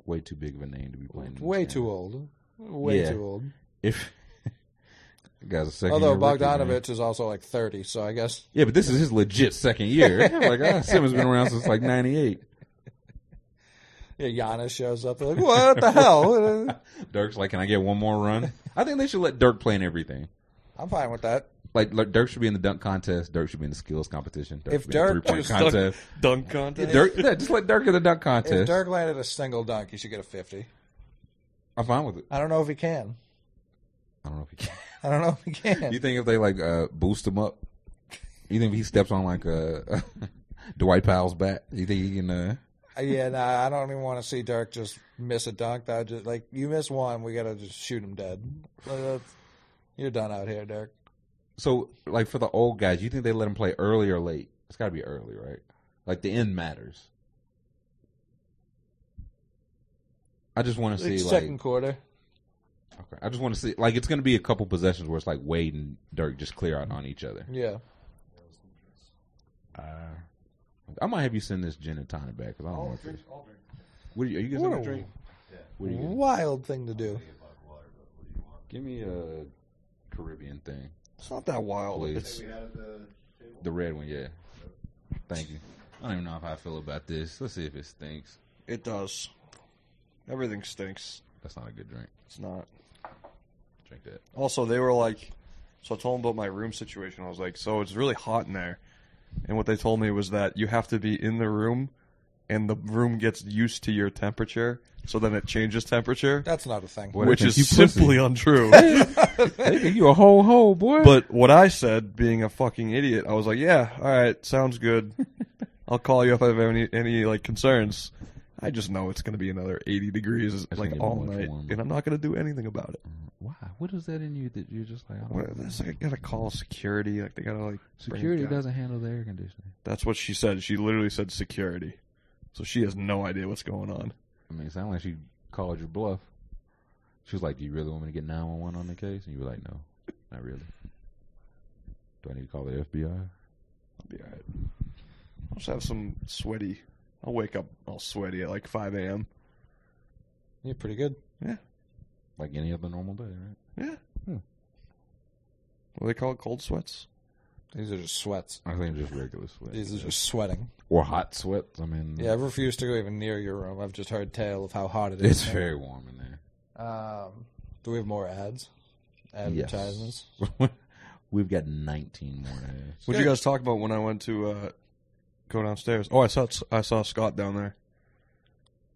D: way too big of a name to be playing. in this
C: Way
D: game.
C: too old. Way
D: Yeah.
C: too old.
D: If the guy's a second.
C: Although
D: year rookie, man.
C: Bogdanovich is also like 30, so I guess
D: Yeah, but this is his legit second year. like ah, Simmons been around since like '98.
C: yeah, Giannis shows up. They're like, what the hell?
D: Dirk's like, can I get one more run? I think they should let Dirk play in everything.
C: I'm fine with that.
D: Like, like Dirk should be in the dunk contest. Dirk should be in the skills competition. Dirk
C: If
D: should be in the
C: Dirk
D: three-point
C: just-
D: contest,
E: Dunk contest.
D: Dirk, yeah, just let Dirk in the dunk
C: If
D: contest.
C: Dirk landed a single dunk, he should get a 50.
D: I'm fine with it.
C: I don't know if he can.
D: I don't know if he can.
C: I don't know if he can.
D: You think if they like uh, boost him up? You think if he steps on like uh, Dwight Powell's bat? You think he can? Uh,
C: Uh, yeah, nah, I don't even want to see Dirk just miss a dunk. That just like you miss one, we gotta just shoot him dead. Like, that's- you're done out here, Dirk.
D: so like for the old guys, you think they let him play early or late? It's got to be early, right? Like the end matters. I just want to see
C: Like,
D: like
C: second quarter.
D: Okay. I just want to see like it's going to be a couple possessions where it's like Wade and Dirk just clear out on each other.
C: Yeah.
D: I might have you send this gin and tonic back because I don't know what this. What are you, are you getting
C: What
D: something
C: a-
D: to drink? What are you getting?
C: Wild thing to do.
D: Give me a Caribbean thing,
E: It's not that wild.
D: please.
E: It's
D: the red one, yeah. Thank you. I don't even know how I feel about this. Let's see if it stinks.
E: it does. Everything stinks.
D: That's not a good drink.
E: It's not.
D: Drink that.
E: Also, they were like, so I told them about my room situation. I was like, so it's really hot in there. And what they told me was that you have to be in the room and the room gets used to your temperature. So then it changes temperature,
C: That's not a thing.
D: What-
E: which
D: I
E: is
D: think you pussy.
E: simply untrue.
D: They give you a whole hole, boy.
E: but what I said, being a fucking idiot, I was like, yeah, all right, sounds good. I'll call you if I have any, any like concerns. I just know it's going to be another 80 degrees
D: gonna
E: like
D: get
E: all
D: much
E: night,
D: warmer.
E: and I'm not going to do anything about it.
D: why? What is that in you that you're just like? I don't
E: What, it's like I gotta call security. Like they gotta like bring
D: Security
E: down-
D: doesn't handle the air conditioning.
E: That's what she said. She literally said security. So she has no idea what's going on.
D: I mean, it sounded like she called your bluff. She was like, "Do you really want me to get nine one one on the case?" And you were like, "No, not really." Do I need to call the FBI?
E: I'll be alright. I'll just have some sweaty I'll wake up all sweaty at like 5 a.m.
C: You're pretty good.
D: Like any other normal day, right?
E: Yeah. What do they call it? Cold sweats?
C: These are just sweats.
D: I think just regular sweat.
C: These are just sweating.
D: or hot sweats. I mean,
C: Yeah, I've refused to go even near your room. I've just heard tale of how hot it
D: it's
C: is.
D: very warm in there.
C: Um, do we have more ads? Advertisements?
D: We've got 19 more ads.
E: What would you guys talk about when I went to uh, go downstairs? Oh, I saw I saw Scott down there.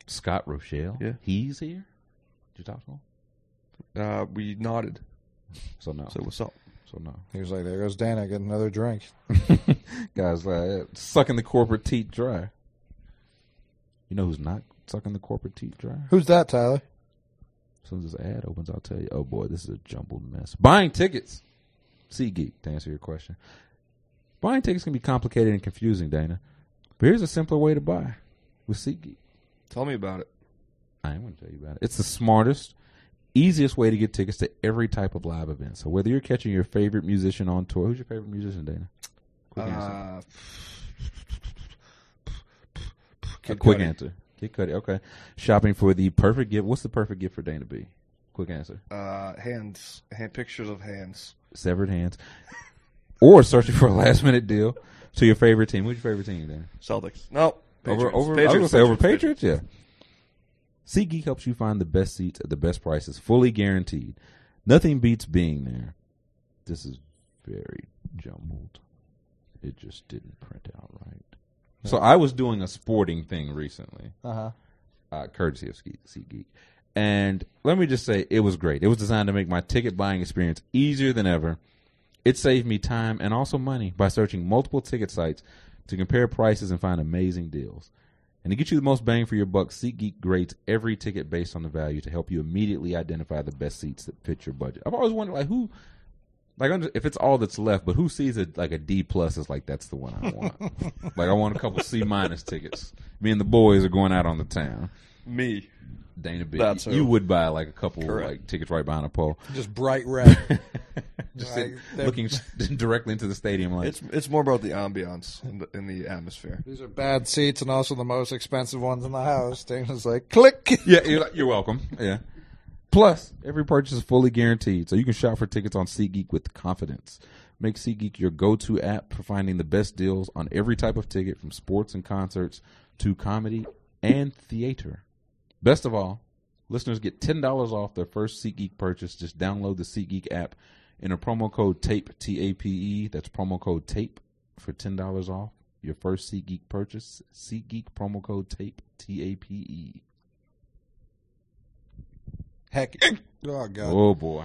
D: Scott Rochelle.
E: Yeah.
D: He's here. Did you talk to him?
E: Uh, we nodded.
D: So no.
E: Said,
D: So,
E: what's up?
D: no.
C: He was like, "There goes Dana, get another drink."
D: Guys, uh, sucking the corporate teat dry. You know who's not sucking the corporate teat dry?
C: Who's that, Tyler?
D: As soon as this ad opens, I'll tell you. Oh boy, this is a jumbled mess. Buying tickets. Sea Geek, to answer your question. Buying tickets can be complicated and confusing, Dana. But here's a simpler way to buy with Sea Geek.
E: Tell me about it.
D: I am going to tell you about it. It's the smartest, easiest way to get tickets to every type of live event. So whether you're catching your favorite musician on tour, who's your favorite musician, Dana? Quick answer.
E: Uh,
D: A quick answer. Kid Cudi. Okay. Shopping for the perfect gift. What's the perfect gift for Dana B? Quick answer.
E: uh, hands, hand pictures of hands.
D: Severed hands. or searching for a last minute deal to your favorite team. Who's your favorite team, Dana?
E: Celtics. No.
D: Over,
E: Patriots.
D: over,
E: Patriots,
D: I was gonna say over
E: Patriots,
D: Patriots, yeah. SeatGeek helps you find the best seats at the best prices, fully guaranteed. Nothing beats being there. This is very jumbled. It just didn't print out right. So I was doing a sporting thing recently,
C: Uh huh.
D: uh, courtesy of Ske- SeatGeek, and let me just say it was great. It was designed to make my ticket buying experience easier than ever. It saved me time and also money by searching multiple ticket sites to compare prices and find amazing deals. And to get you the most bang for your buck, SeatGeek grades every ticket based on the value to help you immediately identify the best seats that fit your budget. I've always wondered, like, who, like, under- if it's all that's left, but who sees it like a D plus is like that's the one I want. like, I want a couple C minus tickets. Me and the boys are going out on the town.
E: Me.
D: Dana B,
E: That's
D: you
E: who.
D: would buy like a couple
E: Correct.
D: like tickets right behind a pole,
C: Just bright red.
D: just
C: Like,
D: sitting-
C: they're-
D: looking directly into the stadium. Like
E: It's it's more about the ambiance and the, and the atmosphere.
C: These are bad seats and also the most expensive ones in the house. Dana's like, click.
D: Yeah, you're, like, you're welcome. Yeah. Plus, every purchase is fully guaranteed, so you can shop for tickets on SeatGeek with confidence. Make SeatGeek your go-to app for finding the best deals on every type of ticket, from sports and concerts to comedy and theater. Best of all, listeners get ten dollars off their first SeatGeek purchase. Just download the SeatGeek app and a promo code TAPE T A P E. That's promo code TAPE for ten dollars off your first SeatGeek purchase. SeatGeek promo code TAPE T A P E.
C: Heck. Oh god.
D: Oh boy,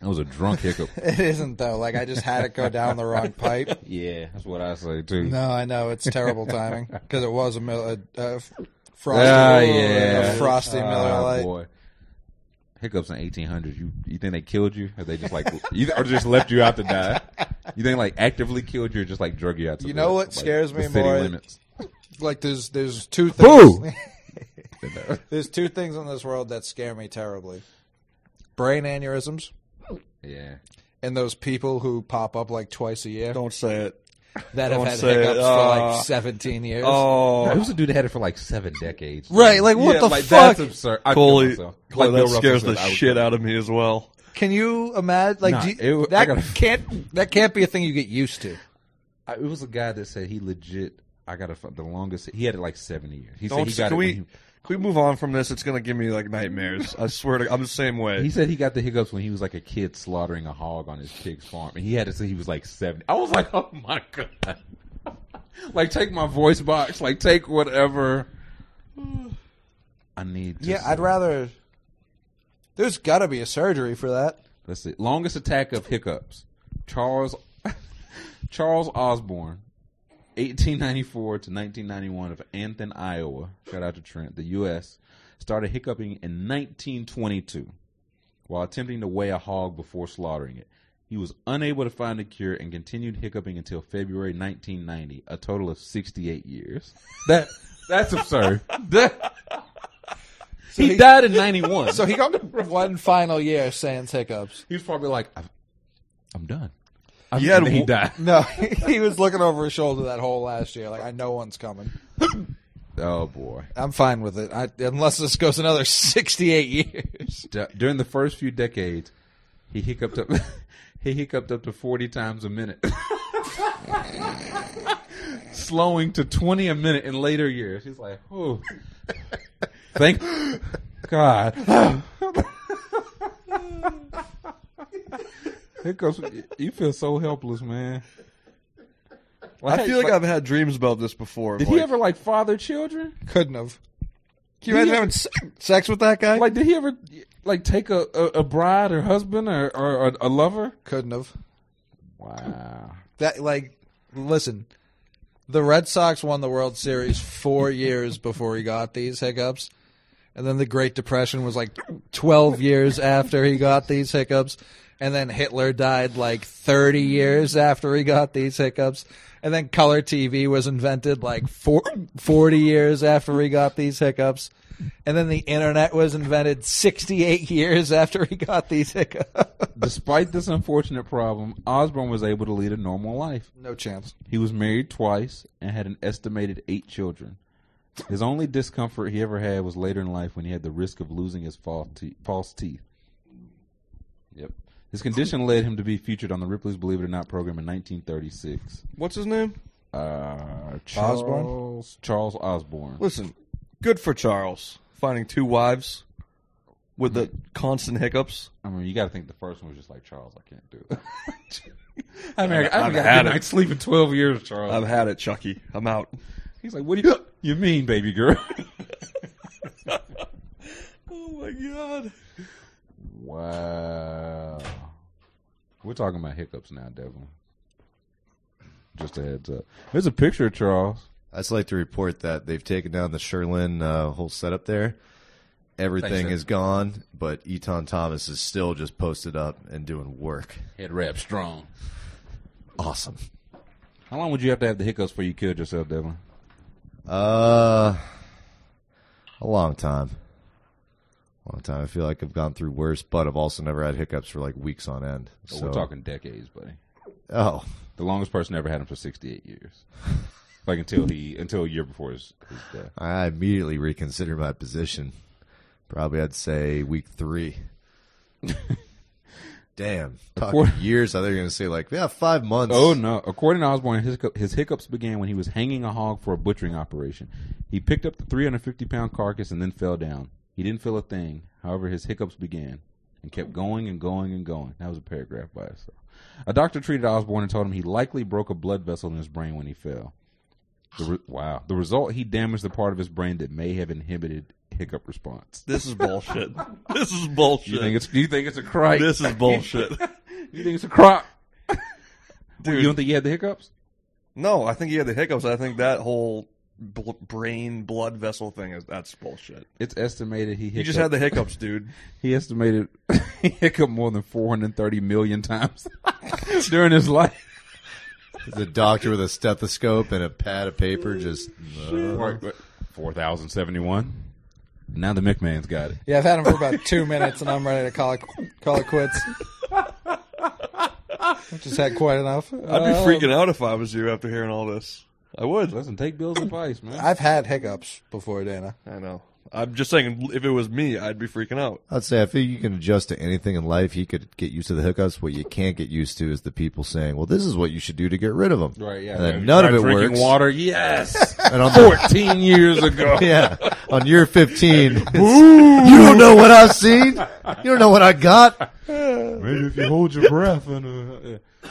D: that was a drunk hiccup.
C: It isn't though. Like I just had it go down the wrong pipe.
D: yeah, that's what I say too.
C: No, I know it's terrible timing because it was a, mil- a, a f- frosty,
D: Ah,
C: a
D: yeah,
C: frosty Miller
D: Ah,
C: Lite.
D: Boy. Hiccups in eighteen hundred. You you think they killed you? Or they just like you, or just left you out to die? You think like actively killed you or just like drug you out? To
C: You
D: the-
C: know what
D: like,
C: scares
D: the
C: me
D: city
C: more?
D: Limits.
C: Like there's there's two things. there's two things in this world that scare me terribly: brain aneurysms
D: Yeah,
C: and those people who pop up like twice a year
E: Don't say it.
C: that
E: don't
C: have had
E: say it.
C: hiccups for
E: Ah.
C: like 17 years.
E: Oh,
D: it was a dude that had it for like seven decades.
C: Right, like what
E: Yeah,
C: the
E: like,
C: fuck?
D: That's absurd. I
E: Coley, Coley,
D: Bill
E: that
D: Russell
E: scares
D: said,
E: the
D: I would
E: shit
D: kill
E: out of me as well.
C: Can you imagine? Like
D: Nah,
C: do you-
D: it w- I
C: that
D: gotta-
C: can't that can't be a thing you get used to.
D: I, it was a guy that said he legit. I got to the longest. He had it like seventy years. He said
E: Don't
D: he
E: say,
D: got it.
E: can
D: when
E: we
D: he-
E: can we move on from this? It's gonna give me like nightmares. I swear to. I'm the same way.
D: He said he got the hiccups when he was like a kid slaughtering a hog on his pig's farm, and he had it since he was like seven. I was like, oh my god! like, take my voice box. Like, take whatever. I need. To
C: Yeah, I'd
D: say-
C: rather. There's got to be a surgery for that.
D: Let's see. Longest attack of hiccups. Charles Charles Osborne, 1894 to 1991 of Anthon, Iowa. Shout out to Trent. The U.S. started hiccuping in 1922 while attempting to weigh a hog before slaughtering it. He was unable to find a cure and continued hiccuping until February 1990, a total of 68 years. That that's absurd. That- he,
C: he-
D: died in 91.
C: So he got one final year of sans hiccups.
D: He was probably like, I've, I'm done. I
E: He
D: mean,
E: had
D: and he
E: w-
D: died.
C: No, he was looking over his shoulder that whole last year. Like I know one's coming.
D: Oh boy.
C: I'm fine with it, I, unless this goes another 68 years.
D: D- during the first few decades, he hiccuped up. he hiccuped up to forty times a minute, slowing to twenty a minute in later years. He's like, "Oh, thank God." Hiccups. You feel so helpless, man.
E: I feel like I've had dreams about this before.
D: Did
E: like,
D: he ever like father children?
C: Couldn't have.
E: Can you imagine having se- sex with that guy?
D: Like, did he ever like take a, a, a bride or husband or, or, or a lover?
C: Couldn't have.
D: Wow.
C: That like, listen, the Red Sox won the World Series four years before he got these hiccups, and then the Great Depression was like 12 years after he got these hiccups, and then Hitler died like 30 years after he got these hiccups, and then color TV was invented like four, 40 years after he got these hiccups. And then the internet was invented 68 years after he got these hiccups.
D: Despite this unfortunate problem, Osborne was able to lead a normal life.
C: No chance.
D: He was married twice and had an estimated eight children. His only discomfort he ever had was later in life when he had the risk of losing his false, te- false teeth. Yep. His condition led him to be featured on the Ripley's Believe It or Not program in 1936.
E: What's his name?
D: Uh, Charles,
E: Osborne?
D: Charles Osborne.
E: Listen, good for Charles finding two wives with the constant hiccups.
D: I mean, you got to think the first one was just like Charles. I can't do it. I mean, I, I haven't
E: I've
D: got a
E: had
D: good
E: it.
D: night's sleep in twelve years, Charles.
E: I've had it, Chucky. I'm out.
D: He's like, "What do you you mean, baby girl?"
E: Oh my god.
D: wow, we're talking about hiccups now, Devlin. Just a heads up. There's a picture of Charles.
F: I'd just like to report that they've taken down the Sherlin uh, whole setup there. Everything
D: Thanks,
F: is gone, but Eton Thomas is still just posted up and doing work.
D: Head wrap strong.
F: Awesome.
D: How long would you have to have the hiccups before you killed yourself, Devlin?
F: Uh, a long time. Long time. I feel like I've gone through worse, but I've also never had hiccups for like weeks on end. So
D: We're talking decades, buddy.
F: Oh,
D: The longest person ever had him for 68 years. Like until he until a year before his, his death.
F: I immediately reconsider my position. Probably I'd say week three. Damn. Talking
D: course.
F: years. I thought you were going to say like, yeah, five months.
D: Oh no! According to Osborne, his, hiccup- his hiccups began when he was hanging a hog for a butchering operation. He picked up the 350 pound carcass and then fell down. He didn't feel a thing. However, his hiccups began and kept going and going and going. That was a paragraph by itself. A doctor treated Osborne and told him he likely broke a blood vessel in his brain when he fell. The re- wow! The result, he damaged the part of his brain that may have inhibited hiccup response.
E: This is bullshit. this is bullshit.
D: You think it's? You think it's a crime?
E: this is bullshit.
D: You think it's a crop?
E: Dude.
D: You don't think he had the hiccups?
E: no, I think he had the hiccups. I think that whole bl- brain blood vessel thing is that's bullshit.
D: It's estimated he
E: You
D: hiccuped.
E: just had the hiccups, dude.
D: He estimated he hiccuped more than 430 million times during his life.
F: The doctor with a stethoscope and a pad of paper just. uh,
D: 4,071. Now the McMahon's got it.
C: Yeah, I've had him for about two minutes, and I'm ready to call it call it quits. Just had quite enough.
E: I'd be freaking out if I was you after hearing all this. I would.
D: Listen, take Bill's advice, man.
C: I've had hiccups before, Dana.
E: I know. I'm just saying, if it was me, I'd be freaking out.
F: I'd say I feel you can adjust to anything in life. He could get used to the hiccups. What you can't get used to is the people saying, "Well, this is what you should do to get rid of them."
D: right, yeah.
F: And then
D: You
F: none
D: tried
F: of it
D: drinking
F: works.
D: water, yes.
F: And on the,
D: 14 years ago.
F: yeah, on year fifteen, it's, you don't know what I've seen. You don't know what I got.
D: Maybe if you hold your breath and uh,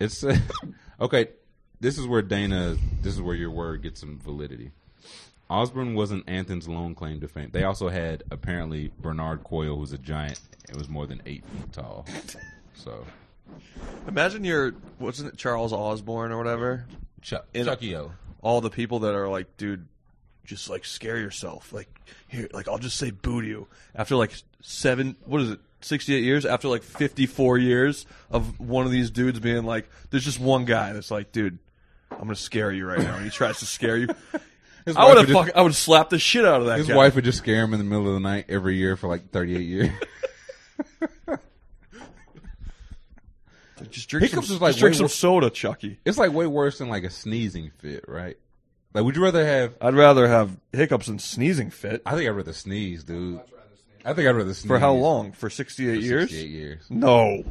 D: it's uh, okay. This is where Dana. This is where your word gets some validity. Osborne wasn't Anthon's lone claim to fame. They also had apparently Bernard Coyle, who's a giant and was more than eight feet tall. So
E: Imagine you're, wasn't it Charles Osborne or whatever?
D: Chuck,
E: In-
D: Chucky O.
E: all the people that are like, dude, just like scare yourself. Like here, like I'll just say boo to you after like seven. What is it? Sixty-eight years after like fifty-four years of one of these dudes being like, there's just one guy that's like, dude, I'm gonna scare you right now, and he tries to scare you. I
D: wife
E: would
D: would
E: have
D: just-
E: fuck, I would slap the shit out of that
D: His
E: guy.
D: wife would just scare him in the middle of the night every year for like 38 years.
E: Just drink,
D: Hiccups
E: some,
D: is like
E: just drink
D: way
E: some
D: wor-
E: soda, Chucky.
D: It's like way worse than like a sneezing fit, right? Like, would you rather have?
E: I'd rather have hiccups than sneezing fit.
D: I think I'd rather sneeze, dude. I think I'd rather sneeze
E: For how long? For 68
D: For
E: years?
D: 68 years.
E: No.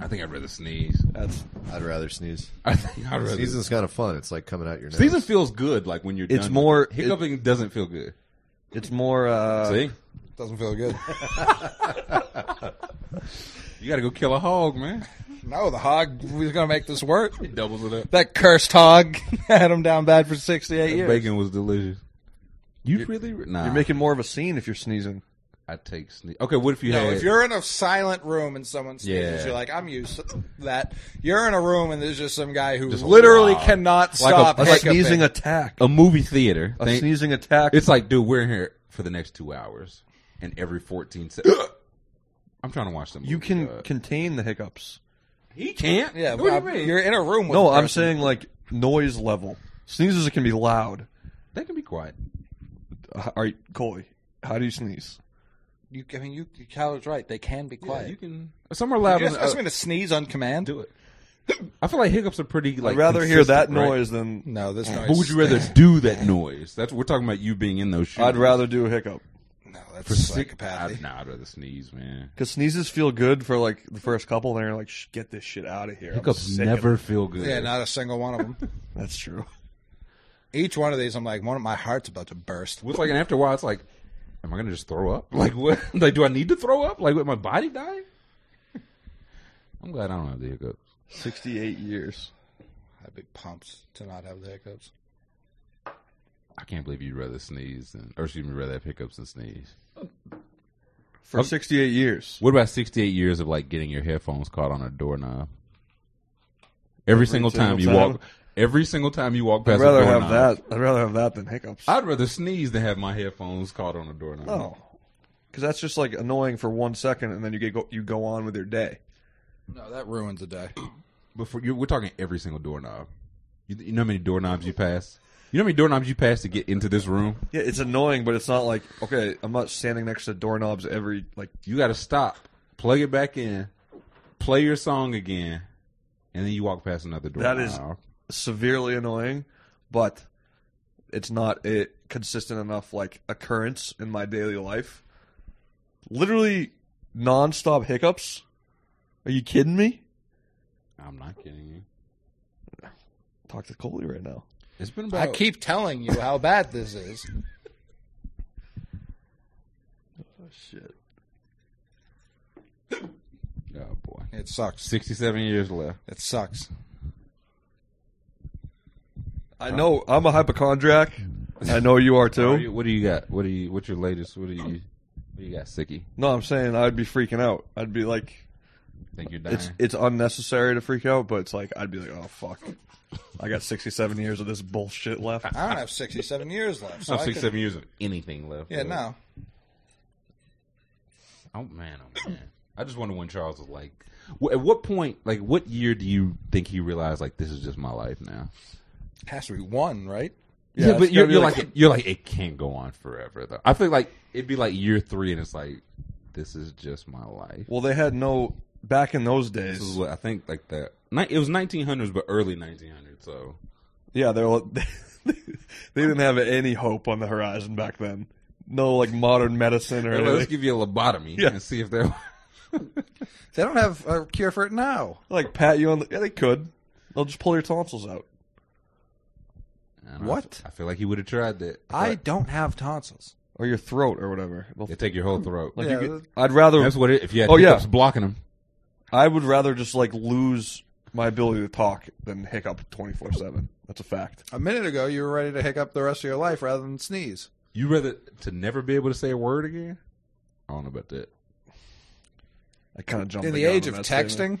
D: I think I'd rather sneeze.
E: That's
F: I'd rather sneeze.
D: I think I'd rather.
F: Sneezing's kind of fun. It's like coming out your nose.
D: Sneezing feels good, like when you're.
E: It's
D: done.
E: more-
D: hiccuping doesn't feel good.
E: it's more uh
D: See,
C: Doesn't feel good.
D: you got to go kill a hog, man.
C: no, the hog was going to make this work.
D: It doubles it up.
C: That cursed hog had him down bad for 68 years.
D: Bacon was delicious. You really? Nah.
E: you're making more of a scene if you're sneezing.
D: I take sneeze. Okay, what if you
C: No,
D: had?
C: if you're in a silent room and someone sneezes,
D: Yeah.
C: you're like, I'm used to that. You're in a room and there's just some guy who
D: Just a
C: literally
D: lot.
C: cannot
D: Like a-
C: stop
E: A
D: Like
C: hiccuping.
E: sneezing attack.
D: a movie theater,
E: A
D: think-
E: sneezing attack.
D: it's like, dude, we're in here for the next two hours, and every fourteen seconds, I'm trying to watch them.
E: you can contain the hiccups.
D: he can't.
C: yeah,
D: what
C: I'm-
D: do you mean?
C: you're in a room with
E: No,
C: a
E: I'm
C: person.
E: saying like noise level. Sneezes can be loud.
D: They can be quiet.
E: Uh, All right, Coley, how do you sneeze?
C: You, I mean, you, you Kyler's right. They can be quiet.
D: Yeah, you
C: you
D: can. Some are louder.
C: just
D: Than,
C: asked me
D: uh,
C: to sneeze on command.
D: do it. I feel like hiccups are pretty. Like
E: I'd rather hear that
D: consistent, right?
E: noise than
C: No, this noise.
D: But would you rather do that noise? That's we're talking about you being in those shoes.
E: I'd rather do a hiccup.
C: No,
D: for
C: that's
D: sick.
C: psychopathy.
D: I'd, nah, I'd rather sneeze, man.
E: Because sneezes feel good for like the first couple, then you're like, Shh, get this shit out of here. I'm
D: Hiccups
E: sick of
D: never
E: it."
D: feel good.
C: Yeah, not a single one of them.
E: That's true.
C: Each one of these, I'm like, one of my heart's about to burst.
D: It's like, and after a while, it's like, am I gonna just throw up? Like, what? Like, do I need to throw up? Like, would my body die? I'm glad I don't have the hiccups.
E: 68 years.
C: I'd be pumped to not have the hiccups.
D: I can't believe you'd rather sneeze than, or excuse me, rather have hiccups than sneeze.
E: For 68 years.
D: What about 68 years of like getting your headphones caught on a doorknob? Every, single time you
E: single time?
D: walk, every single time you walk
E: I'd
D: past a
E: rather have
D: doorknob,
E: that. I'd rather have that than hiccups.
D: I'd rather sneeze than have my headphones caught on a doorknob.
E: No, because that's just like annoying for one second, and then you get go, you go on with your day.
C: No, that ruins a day.
D: But for, you we're talking every single doorknob. You, you know how many doorknobs you pass? You know how many doorknobs you pass to get into this room?
E: Yeah, it's annoying, but it's not like okay, I'm not standing next to doorknobs every like.
D: You got to stop, plug it back in, play your song again, and then you walk past another door.
E: That is- severely annoying, but it's not a consistent enough like occurrence in my daily life. Literally nonstop hiccups. Are you kidding me?
D: I'm not kidding you.
E: Talk to Coley right now.
D: It's been about.
C: I keep telling you how bad this is.
E: Oh shit!
D: Oh boy,
C: It sucks.
D: sixty-seven years left.
C: It sucks.
E: I know I'm a hypochondriac. I know you are
D: What
E: too.
D: do you- What do you got? What do you? What's your latest? What do you? What do you got, sicky?
E: No, I'm saying I'd be freaking out. I'd be like,
D: Think you're dying?
E: it's it's unnecessary to freak out, but it's like I'd be like, oh fuck, I got 67 years of this bullshit left.
C: I don't have 67 years left. So
D: Not
C: Oh, I
D: six,
C: could-
D: seven years of anything left.
C: Yeah,
D: bro.
C: no.
D: Oh man, oh man. I just wonder when Charles was like. wh- At what point, like, what year do you think he realized like this is just my life now?
C: Has to be one, right?
D: Yeah,
E: it's
D: but
E: gotta
D: you're,
E: be
D: you're
E: like-
D: like, you're like it can't go on forever though. I feel like it'd be like year three, and it's like this is just my life.
E: Well, they had no back in those days.
D: This is what I think. Like the ni- it was 1900s, but early 1900s. So
E: yeah, they're all- they didn't have any hope on the horizon back then. No like modern medicine or
D: They're like, let's
E: anything.
D: give you a lobotomy
E: Yeah.
D: and see if they're
C: They don't have a cure for it now.
E: Like pat you on the. Yeah, they could. They'll just pull your tonsils out.
D: I don't know.
C: What?
D: I feel like he would have tried that.
C: I don't have tonsils.
E: Or your throat or whatever. They'll-
D: They take your whole throat.
E: like,
C: Yeah,
E: you
C: that-
E: get, I'd rather.
D: That's what it, if you had
E: Oh, yeah.
D: hiccups blocking him.
E: I would rather just like lose my ability to talk than hiccup twenty four seven. That's a fact.
C: A minute ago, you were ready to hiccup the rest of your life rather than sneeze.
D: You rather to never be able to say a word again? I don't know about that.
E: I kind of jumped
C: In the
E: gun
C: age
E: on
C: of
E: that statement.
C: texting,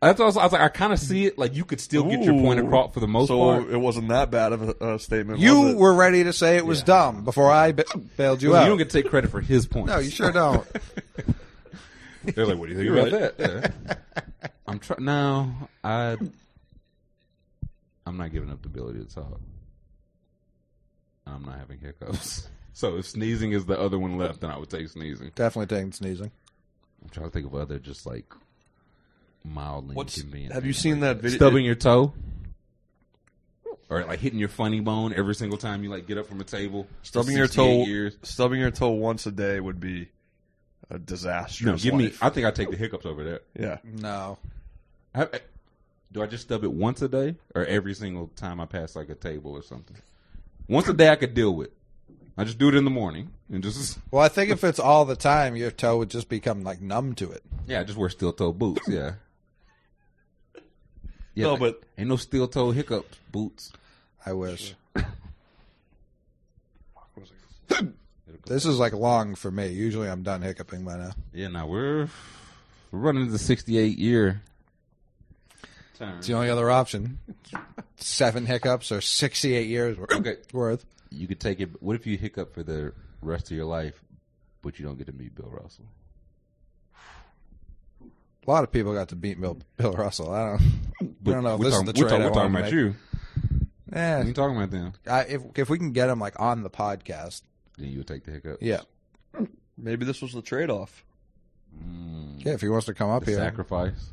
D: That's also, I was like, I kind of see it. Like you could still get your point
E: Ooh.
D: across for the most
E: so
D: part.
E: it wasn't that bad of a, a statement. was
C: you
E: it?
C: were ready to say it was dumb before I ba- bailed you
D: You
C: out.
D: don't get to take credit for his points.
C: no, you sure don't.
D: They're like, what do you think about that? Yeah. I'm trying. No, I. I'm not giving up the ability to talk. I'm not having hiccups. So if sneezing is the other one left, then I would take sneezing.
C: Definitely taking sneezing.
D: I'm trying to think of other just like mildly
E: What's-
D: inconvenient.
E: have
D: thing.
E: you seen that video-
D: Stubbing your toe, or like hitting your funny bone every single time you like get up from a table. for
E: Stubbing your
D: 68
E: toe,
D: Years.
E: stubbing your toe once a day would be a disaster.
D: No, give me. I think I take the hiccups over there.
E: yeah,
C: No.
D: I, I- do I just stub it once a day or every single time I pass like a table or something? Once a day I could deal with. I just do it in the morning and just
C: Well, I think if it's all the time, your toe would just become like numb to it.
D: yeah, I just wear steel toe boots. Yeah. Yeah,
E: No, but-
D: ain't no steel toe hiccups boots.
C: I wish. this is like long for me. Usually, I'm done hiccuping by now.
D: Yeah, now we're we're running the sixty eight year term.
C: It's the only other option. Seven hiccups or sixty-eight years wor-
D: Okay.
C: worth.
D: You could take it. What if you hiccup for the rest of your life, but you don't get to meet Bill Russell?
C: A lot of people got to beat Bill, Bill Russell. I don't.
D: But
C: I don't know. If
D: We're
C: this
D: talking,
C: is the
D: we're
C: trade
D: talking-
C: I
D: we're talking
C: wanna
D: about
C: make.
D: you. We
C: Eh,
D: ain't talking about them.
C: I, if if we can get him like on the podcast,
D: Then you would take the hiccup.
C: yeah,
E: maybe this was the trade-off.
C: yeah. If he wants to come up
D: Mm. The
C: here,
D: sacrifice.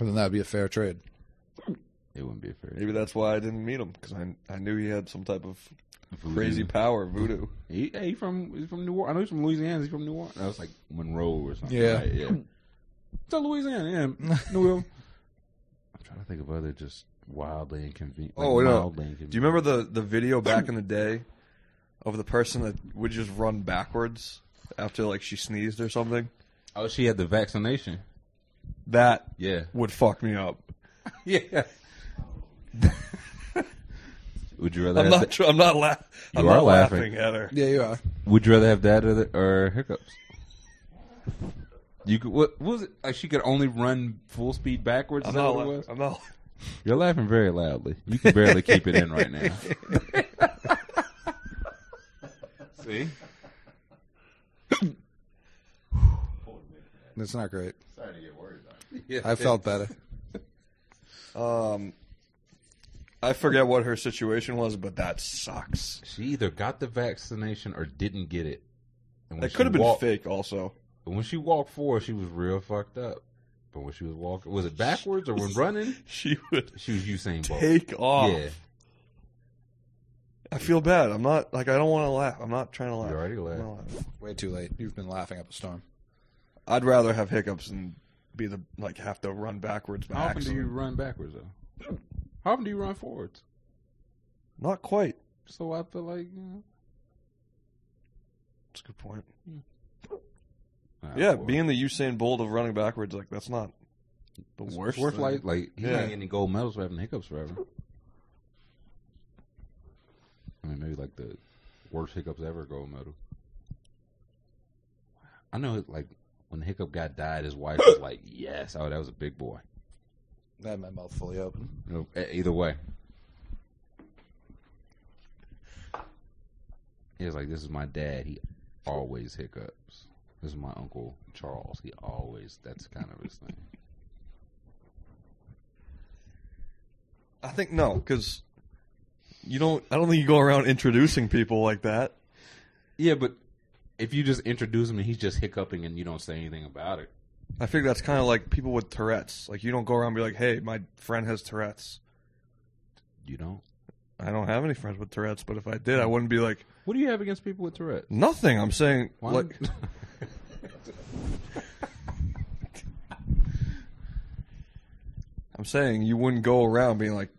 C: then that'd be a fair trade.
D: It wouldn't be a fair.
E: Maybe that's why I didn't meet him because I I knew he had some type of
D: Voodoo.
E: crazy power voodoo.
D: He, hey, he from he's from New Orleans. I know he's from Louisiana. He's from New Orleans. That was like Monroe or something.
C: Yeah.
D: right? yeah. So Louisiana, yeah, New Orleans. I'm trying to think of other just wildly inconvenient. Like
E: Oh, no.
D: mildly inconvenient.
E: Do you remember the the video back in the day of the person that would just run backwards after like she sneezed or something?
D: Oh, she had the vaccination.
E: That
D: Yeah,
E: would fuck me up.
D: yeah. would you rather?
E: I'm
D: Have
E: not.
D: tha-
E: Tr- I'm not, la- I'm
D: You
E: not
D: are laughing.
E: laughing at her.
C: Yeah, you are.
D: would you rather have that or, the, or hiccups? You could. What, what was it? Like she could only run full speed backwards.
E: I'm
D: is that
E: not.
D: what it
E: la-
D: was?
E: I'm not.
D: You're laughing very loudly. You can barely keep it in right now. See?
C: It's not great.
D: Sorry to get worried though.
C: I felt better.
E: Um, I forget what her situation was, but that sucks.
D: She either got the vaccination or didn't get it. And when
E: That
D: she
E: could have been
D: walked-
E: fake. Also,
D: When she walked forward, she was real fucked up. But when she was walking, was it backwards or when running?
E: she would
D: She was Usain Bolt.
E: take off.
D: yeah,
E: I feel bad. I'm not like I don't want to laugh. I'm not trying to laugh.
D: already
E: I'm not
D: laughed.
E: laughing.
C: Way too late. You've been laughing up a storm.
E: I'd rather have hiccups than be the like have to run backwards. By
D: How often do
E: accident.
D: you run backwards though? How often do you run forwards?
E: Not quite.
D: So I feel like you know,
E: That's a good point.
D: nah,
E: Yeah,
D: well,
E: being the Usain Bolt of running backwards, like that's not the
D: it's
E: worst.
D: worth
E: thing.
D: like like he's
E: Yeah.
D: not getting gold medals for having hiccups forever. I mean, maybe like the worst hiccups ever gold medal. I know, like when the hiccup guy died, his wife was like, "Yes, oh, that was a big boy."
C: I had my mouth fully open.
D: You know, e- either way, he was like, "This is my dad. He always hiccups." This is my uncle Charles. He always that's kind of his thing.
E: I think no, because you don't. I don't think you go around introducing people like that.
D: Yeah, but if you just introduce him and he's just hiccuping and you don't say anything about it,
E: I figure that's kind of like people with Tourette's. Like you don't go around and be like, "Hey, my friend has Tourette's."
D: you don't.
E: I don't have any friends with Tourette's, but if I did, I wouldn't be like
D: What do you have against people with Tourette?
E: nothing. I'm saying like I'm saying you wouldn't go around being like,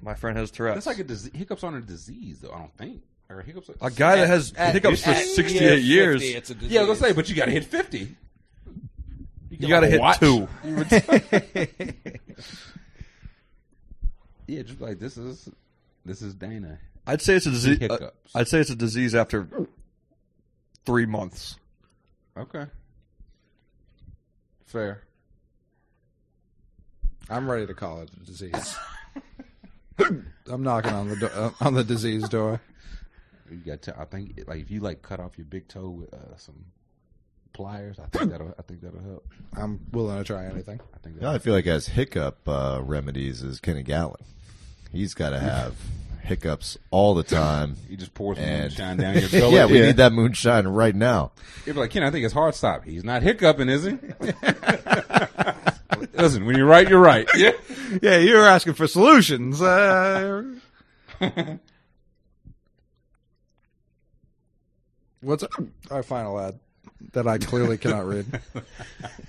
E: "My friend has Tourette's."
D: that's like a disease. hiccups aren't a disease though. I don't think. Or hiccups. Are-
E: a guy that has hiccups for 68 years.
C: a disease.
D: yeah, I was gonna say, but you gotta hit fifty.
E: you gotta
D: like,
E: hit
D: watch.
E: two.
D: Yeah, just like this is this is Dana.
E: I'd say it's a disease. uh,
D: Hiccups.
E: I'd say it's a disease after three months.
D: Okay. Fair.
C: I'm ready to call it a disease. I'm knocking on the do- uh, on the disease door.
D: You got. To, I think it- like if you like cut off your big toe with uh, some pliers, I think that'll. I think that'll help.
C: I'm willing to try anything.
D: I think
F: You know,
D: that.
F: I feel like as hiccup uh, remedies is Kenny Gallen. He's got to have hiccups all the time.
D: He just pours
F: And-
D: moonshine down your throat.
F: yeah, we
D: yeah.
F: need that moonshine right now.
D: He'd be like, Ken, I think it's hard stop. He's not hiccuping, is he? Listen, when you're right, you're right. Yeah.
C: Yeah, you were asking for solutions. Uh, what's our final ad that I clearly cannot read?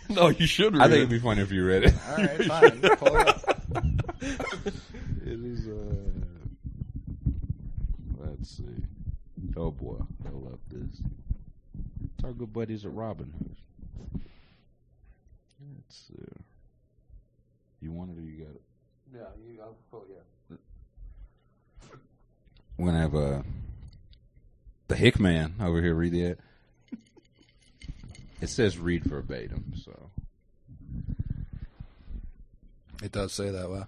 E: No, you should read
D: I think
E: it.
D: it'd be funny if you read it.
C: All right, fine. Pull it up.
D: It is. Uh, let's see. Oh boy, I love this. It's our good buddies at Robin Hood. Let's see. You want it or you got it? Yeah, you. I'll pull it. Yeah. We're gonna have uh, the Hickman over here read it. It says read verbatim, so
C: It does say that, wow.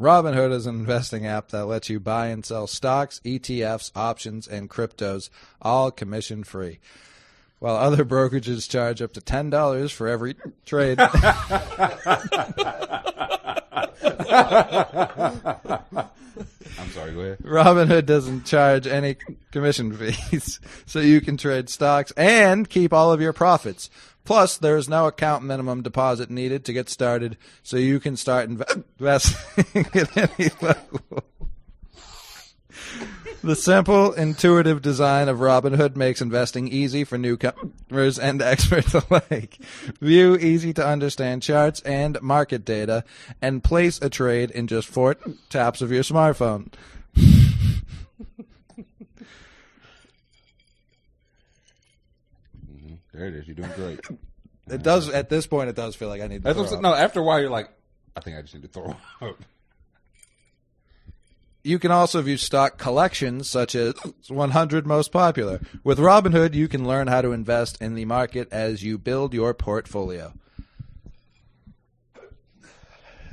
C: Robinhood is an investing app that lets you buy and sell stocks, ETFs, options, and cryptos, all commission free. While other brokerages charge up to $10 for every trade.
D: I'm sorry. Go ahead.
C: Robinhood doesn't charge any commission fees, so you can trade stocks and keep all of your profits. Plus, there is no account minimum deposit needed to get started, so you can start inve- investing at any level. The simple, intuitive design of Robinhood makes investing easy for newcomers and experts alike. View easy to understand charts and market data, and place a trade in just four taps of your smartphone.
D: There it is. You're doing great.
C: It does at this point. It does feel like I need. To
D: That's
C: throw
D: what I'm saying.
C: up.
D: No, after a while, you're like, I think I just need to throw up.
C: You can also view stock collections such as 100 most popular. With Robinhood, you can learn how to invest in the market as you build your portfolio.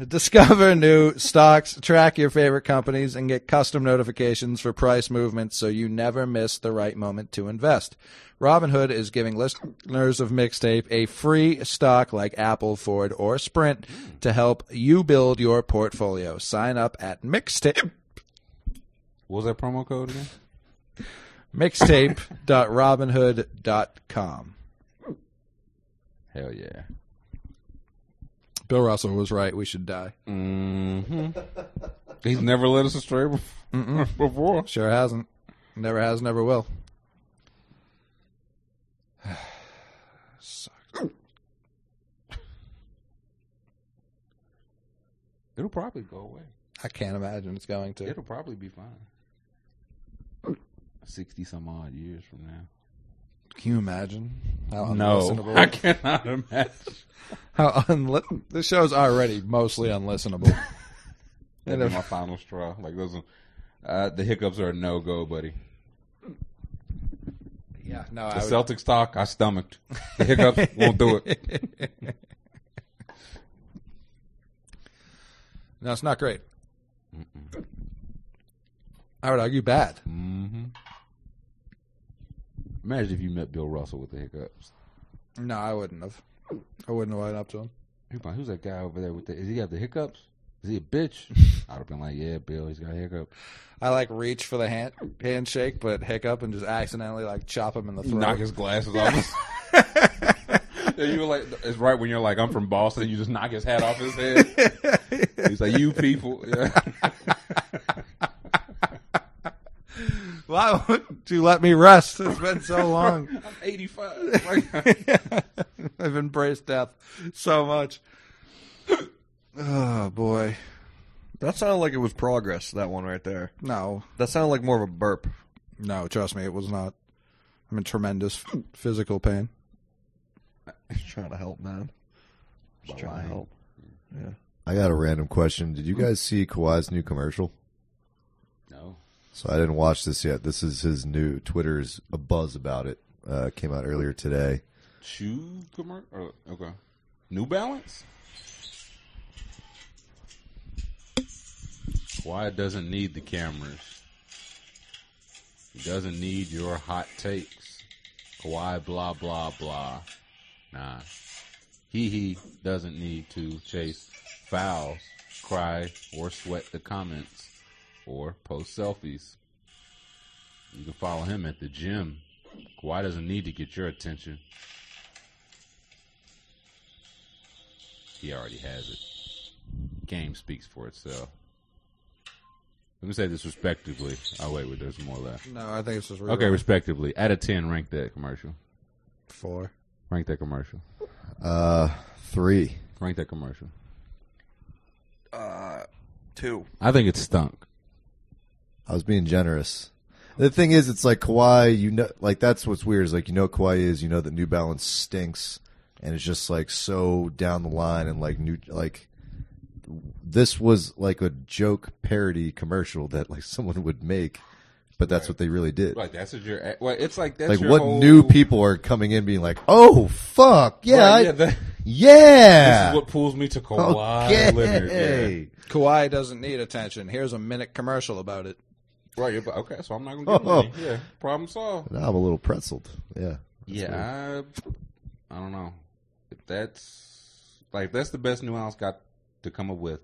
C: Discover new stocks, track your favorite companies, and get custom notifications for price movements so you never miss the right moment to invest. Robinhood is giving listeners of Mixtape a free stock like Apple, Ford, or Sprint to help you build your portfolio. Sign up at Mixtape.
D: What was that promo code again?
C: Mixtape.robinhood.com.
D: Hell yeah.
C: Bill Russell was right. We should die.
D: hmm He's never led us astray bef- before.
C: Sure hasn't. Never has, never will.
D: It'll probably go away.
C: I can't imagine it's going to.
D: It'll probably be fine. Sixty some odd years from now.
C: Can you imagine? How unlistenable.
D: I cannot imagine.
C: How unli- This show's already mostly unlistenable.
D: That'd be my final straw. Like those, uh, the hiccups are a no go, buddy.
C: yeah, no,
D: The
C: I would,
D: Celtic stock I stomached. The hiccups won't do it.
C: no, it's not great. I would argue bad.
D: Mm-hmm. Imagine if you met Bill Russell with the hiccups.
C: No, I wouldn't have. I wouldn't have lined up to him.
D: He'd be like, Who's that guy over there with the? Is he got the hiccups? Is he a bitch? I'd have been like, yeah, Bill, he's got hiccups.
C: I like reach for the hand handshake, but hiccup and just accidentally like chop him in the throat.
D: Knock his glasses off. yeah, you were like, it's right when you're like, I'm from Boston. You just knock his hat off his head. he's like, you people. Yeah.
C: Why won't you let me rest? It's been so long.
D: I'm 85. Like,
C: I've embraced death so much. Oh boy.
E: That sounded like it was progress. That one right there.
C: No.
E: That sounded like more of a burp.
C: No, trust me, it was not. I'm in tremendous physical pain.
E: Just trying to help, man. Just trying to help.
F: I got a random question. Did you guys see Kawhi's new commercial?
D: no.
F: So I didn't watch this yet. This is his new Twitter's a buzz about it. Uh, came out earlier today.
D: Shoe commercial? Or, okay. New Balance? Why it doesn't need the cameras. It doesn't need your hot takes. Kawhi blah blah blah. Nah. He he doesn't need to chase fouls cry, or sweat the comments, or post selfies. You can follow him at the gym. Kawhi doesn't need to get your attention. He already has it. Game speaks for itself. Let me say this respectively. Oh wait, wait, there's more left.
C: No, I think it's just
D: Okay, respectively. Out of ten, rank that commercial.
C: four.
D: Rank that commercial.
F: Uh, three.
D: Rank that commercial.
E: Two.
D: I think it stunk.
F: I was being generous. The thing is, it's like Kawhi. You know, like that's what's weird is like you know Kawhi is. You know that New Balance stinks, and it's just like so down the line and like new like. This was like a joke parody commercial that like someone would make, but that's what they really did.
D: Like that's what you're. Well, it's like that's
F: Like
D: your
F: what
D: whole-
F: new people are coming in being like, oh fuck, yeah,
D: Right,
F: I-
D: yeah, that- This
F: yeah,
D: is what pulls me to Kawhi Leonard.
F: okay.
D: Yeah.
C: Kawhi doesn't need attention. Here's a minute commercial about it.
D: Right. you're- Okay. So I'm not gonna get
F: Oh.
D: money. Yeah. Problem solved.
F: Now I'm a little pretzeled. Yeah,
D: yeah. I, I don't know. If that's like if that's the best nuance got to come up with.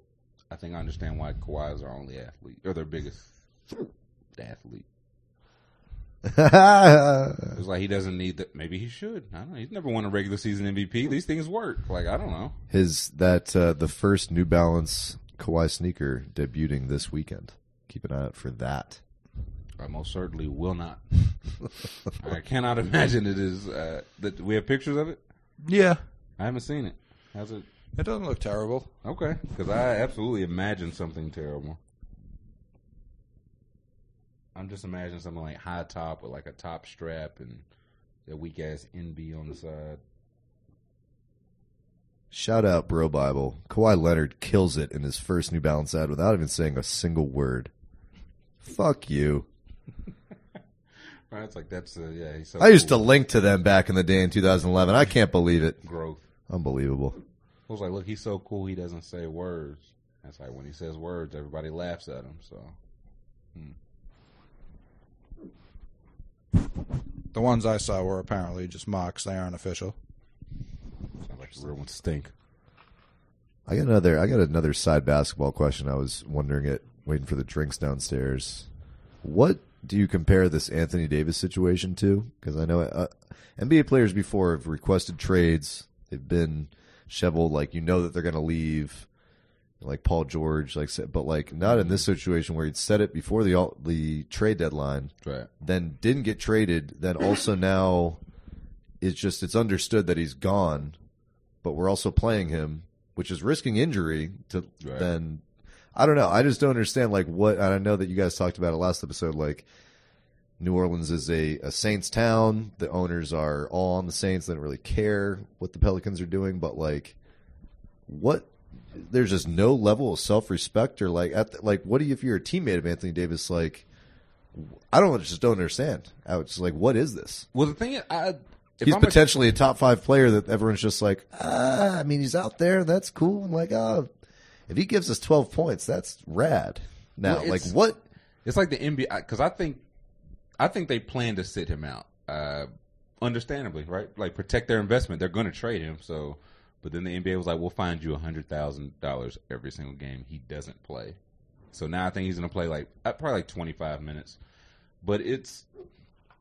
D: I think I understand why Kawhi is our only athlete or their biggest athlete. It's like he doesn't need that. Maybe he should. I don't know. He's never won a regular season MVP. These things work. Like I don't know.
F: His that uh, the first New Balance Kawhi sneaker debuting this weekend. Keep an eye out for that.
D: I most certainly will not. I cannot imagine it is uh, that we have pictures of it.
C: Yeah,
D: I haven't seen it. How's it?
C: it doesn't look terrible.
D: Okay, because I absolutely imagine something terrible. I'm just imagining something like high top with like a top strap and that weak ass NB on the side.
F: Shout out, Bro Bible. Kawhi Leonard kills it in his first New Balance ad without even saying a single word. Fuck you.
D: Right? It's like that's uh, yeah. He's so
F: I used to link to them back in the day in 2011. I can't believe it.
D: growth.
F: Unbelievable.
D: I was like, look, he's so cool. He doesn't say words. That's like when he says words, everybody laughs at him. So
C: The ones I saw were apparently just mocks. They aren't official.
D: sounds like the real ones stink.
F: I got another. I got another side basketball question. I was wondering it, waiting for the drinks downstairs. What do you compare this Anthony Davis situation to? Because I know uh, NBA players before have requested trades. They've been shoveled. Like you know that they're going to leave. Like Paul George, like said- but like not in this situation where he'd said it before the all, the trade deadline,
D: Right.
F: then didn't get traded. Then also now, it's just it's understood that he's gone but we're also playing him, which is risking injury to
D: Right.
F: then I don't know. I just don't understand like what and I know that you guys talked about it last episode, like New Orleans is a, a Saints town. The owners are all on the Saints. They don't really care what the Pelicans are doing, but like what there's just no level of self respect or like at the, like what do you if you're a teammate of Anthony Davis like I don't just don't understand. I was just like, what is this?
D: Well, the thing is, I if
F: he's
D: I'm a-
F: potentially a top five player that everyone's just like, ah, I mean, he's out there. That's cool. And like, ah, if he gives us 12 points, that's rad. Now,
D: Well,
F: like,
D: it's-
F: what?
D: It's like the NBA because I think, I think they plan to sit him out. Uh, understandably, right? Like protect their investment. They're going to trade him. So, but then the NBA was like, "We'll find you a hundred thousand dollars every single game he doesn't play." So now I think he's going to play like uh, probably like twenty five minutes. But it's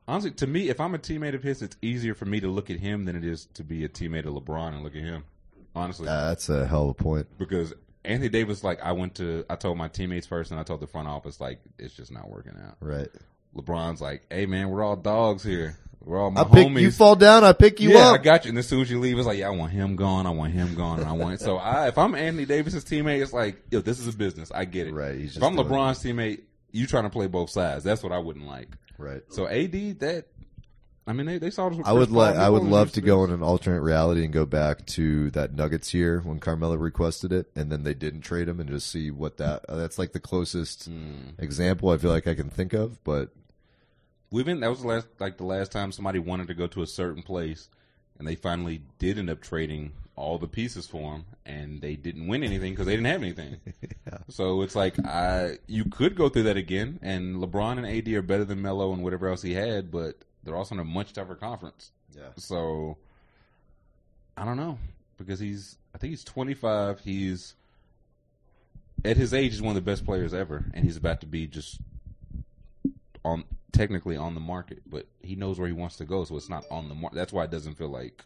D: honestly to me, if I'm a teammate of his, it's easier for me to look at him than it is to be a teammate of LeBron and look at him. Honestly,
F: Ah, that's a hell of a point.
D: because Anthony Davis, like I went to, I told my teammates first, and I told the front office, like it's just not working out.
F: Right.
D: LeBron's like, "Hey man, we're all dogs here. We're all my
F: I pick
D: homies."
F: you fall down, I pick you
D: yeah, I
F: up.
D: got you. And as soon as you leave, it's like, "Yeah, I want him gone. I want him gone, and I want." so, I, if I'm Anthony Davis's teammate, it's like, "Yo, this is a business. I get it."
F: Right, he's
D: If
F: just
D: I'm
F: doing-
D: LeBron's teammate, you trying to play both sides. That's what I wouldn't like.
F: right.
D: So AD, that I mean, they, they saw this. With
F: I would
D: Chris Paul
F: like. I would
D: before,
F: love
D: and
F: to
D: it's-
F: go in an alternate reality and go back to that Nuggets year when Carmelo requested it, and then they didn't trade him, and just see what that. Uh, that's like the closest
D: Hmm.
F: example I feel like I can think of. But
D: We've been that was the last like the last time somebody wanted to go to a certain place and they finally did end up trading all the pieces for him and they didn't win anything because they didn't have anything. So it's like I you could go through that again and LeBron and AD are better than Melo and whatever else he had, but they're also in a much tougher conference.
F: yeah,
D: So I don't know because he's I think he's 25. He's at his age, he's one of the best players ever, and he's about to be just on technically on the market, but he knows where he wants to go, so it's not on the market. That's why it doesn't feel like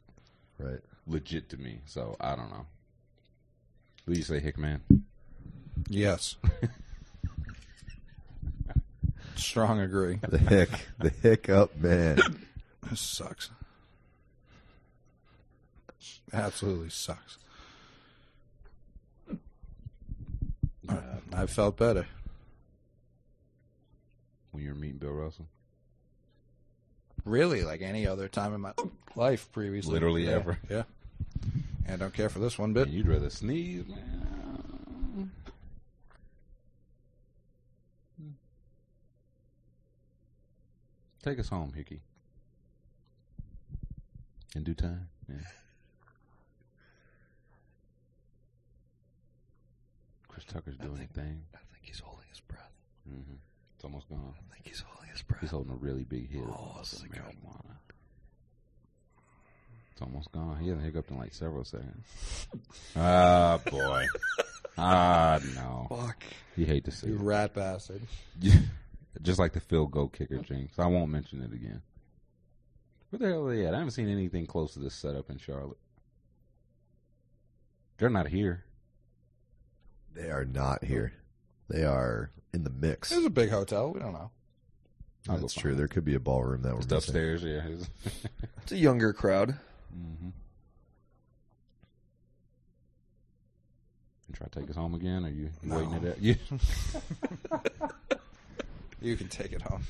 F: Right.
D: legit to me. So I don't know. What do you say, Hickman?
C: Yes. Strong agree.
F: The hick. The hiccup man.
C: This sucks. Absolutely sucks. I felt better.
D: When you were meeting Bill Russell,
C: Really, like any other time in my life previously.
D: Literally
C: Yeah,
D: ever.
C: Yeah. And I don't care for this one bit.
D: and you'd rather sneeze, man. Take us home, Hickey. In due time. Yeah. Chris Tucker's doing his thing.
E: I think he's holding his breath.
D: hmm It's almost gone.
E: I think he's holding his breath.
D: He's holding a really big hit.
E: Oh,
D: of
E: this is a good
D: marijuana. It's almost gone. He hasn't hiccuped in like several seconds. Ah, boy. Ah, no.
E: Fuck.
D: You hate to see
C: You
D: it.
C: rat bastard.
D: Just like the field goal kicker jinx. I won't mention it again. Where the hell are they at? I haven't seen anything close to this setup in Charlotte. They're not here.
F: They are not here. They are in the mix.
C: It was a big hotel. We don't know.
D: I'll go
F: That's
D: find
F: true.
D: it.
F: There could be a ballroom that we're
D: It's
F: missing.
D: upstairs, yeah.
E: It's a younger crowd.
D: mm-hmm. You try to take us home again? Or you, you waiting it out? You,
C: You can take it home.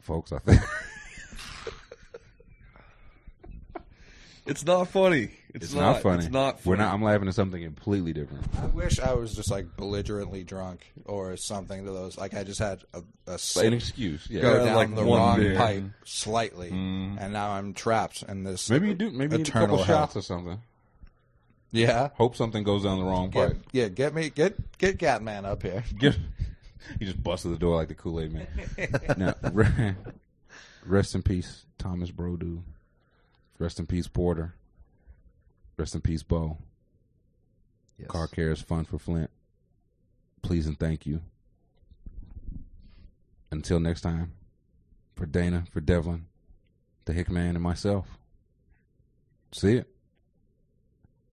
D: folks, I think.
E: It's not funny. It's,
D: It's, not, funny.
E: It's not funny.
D: We're not. I'm laughing at something completely different.
C: I wish I was just like belligerently drunk or something to those. Like I just had a, a
D: An
C: sip
D: excuse. Yeah.
C: go
E: Yeah,
C: down
E: like
C: the
E: one
C: wrong
E: beer.
C: pipe slightly, and now I'm trapped in this.
D: Maybe you do. Maybe you need a
C: Eternal
D: couple
C: hell.
D: shots or something.
C: Yeah.
D: Hope something goes down the wrong
C: Get,
D: pipe.
C: Yeah, get me, get get Gatman up here.
D: Get, he just busted the door like the Kool Aid man. now, re- rest in peace, Thomas Brodew. Rest in peace, Porter. Rest in peace, Bo.
F: Yes.
D: Car care is fun for Flint. Please and thank you. Until next time, for Dana, for Devlin, the Hickman, and myself. See it.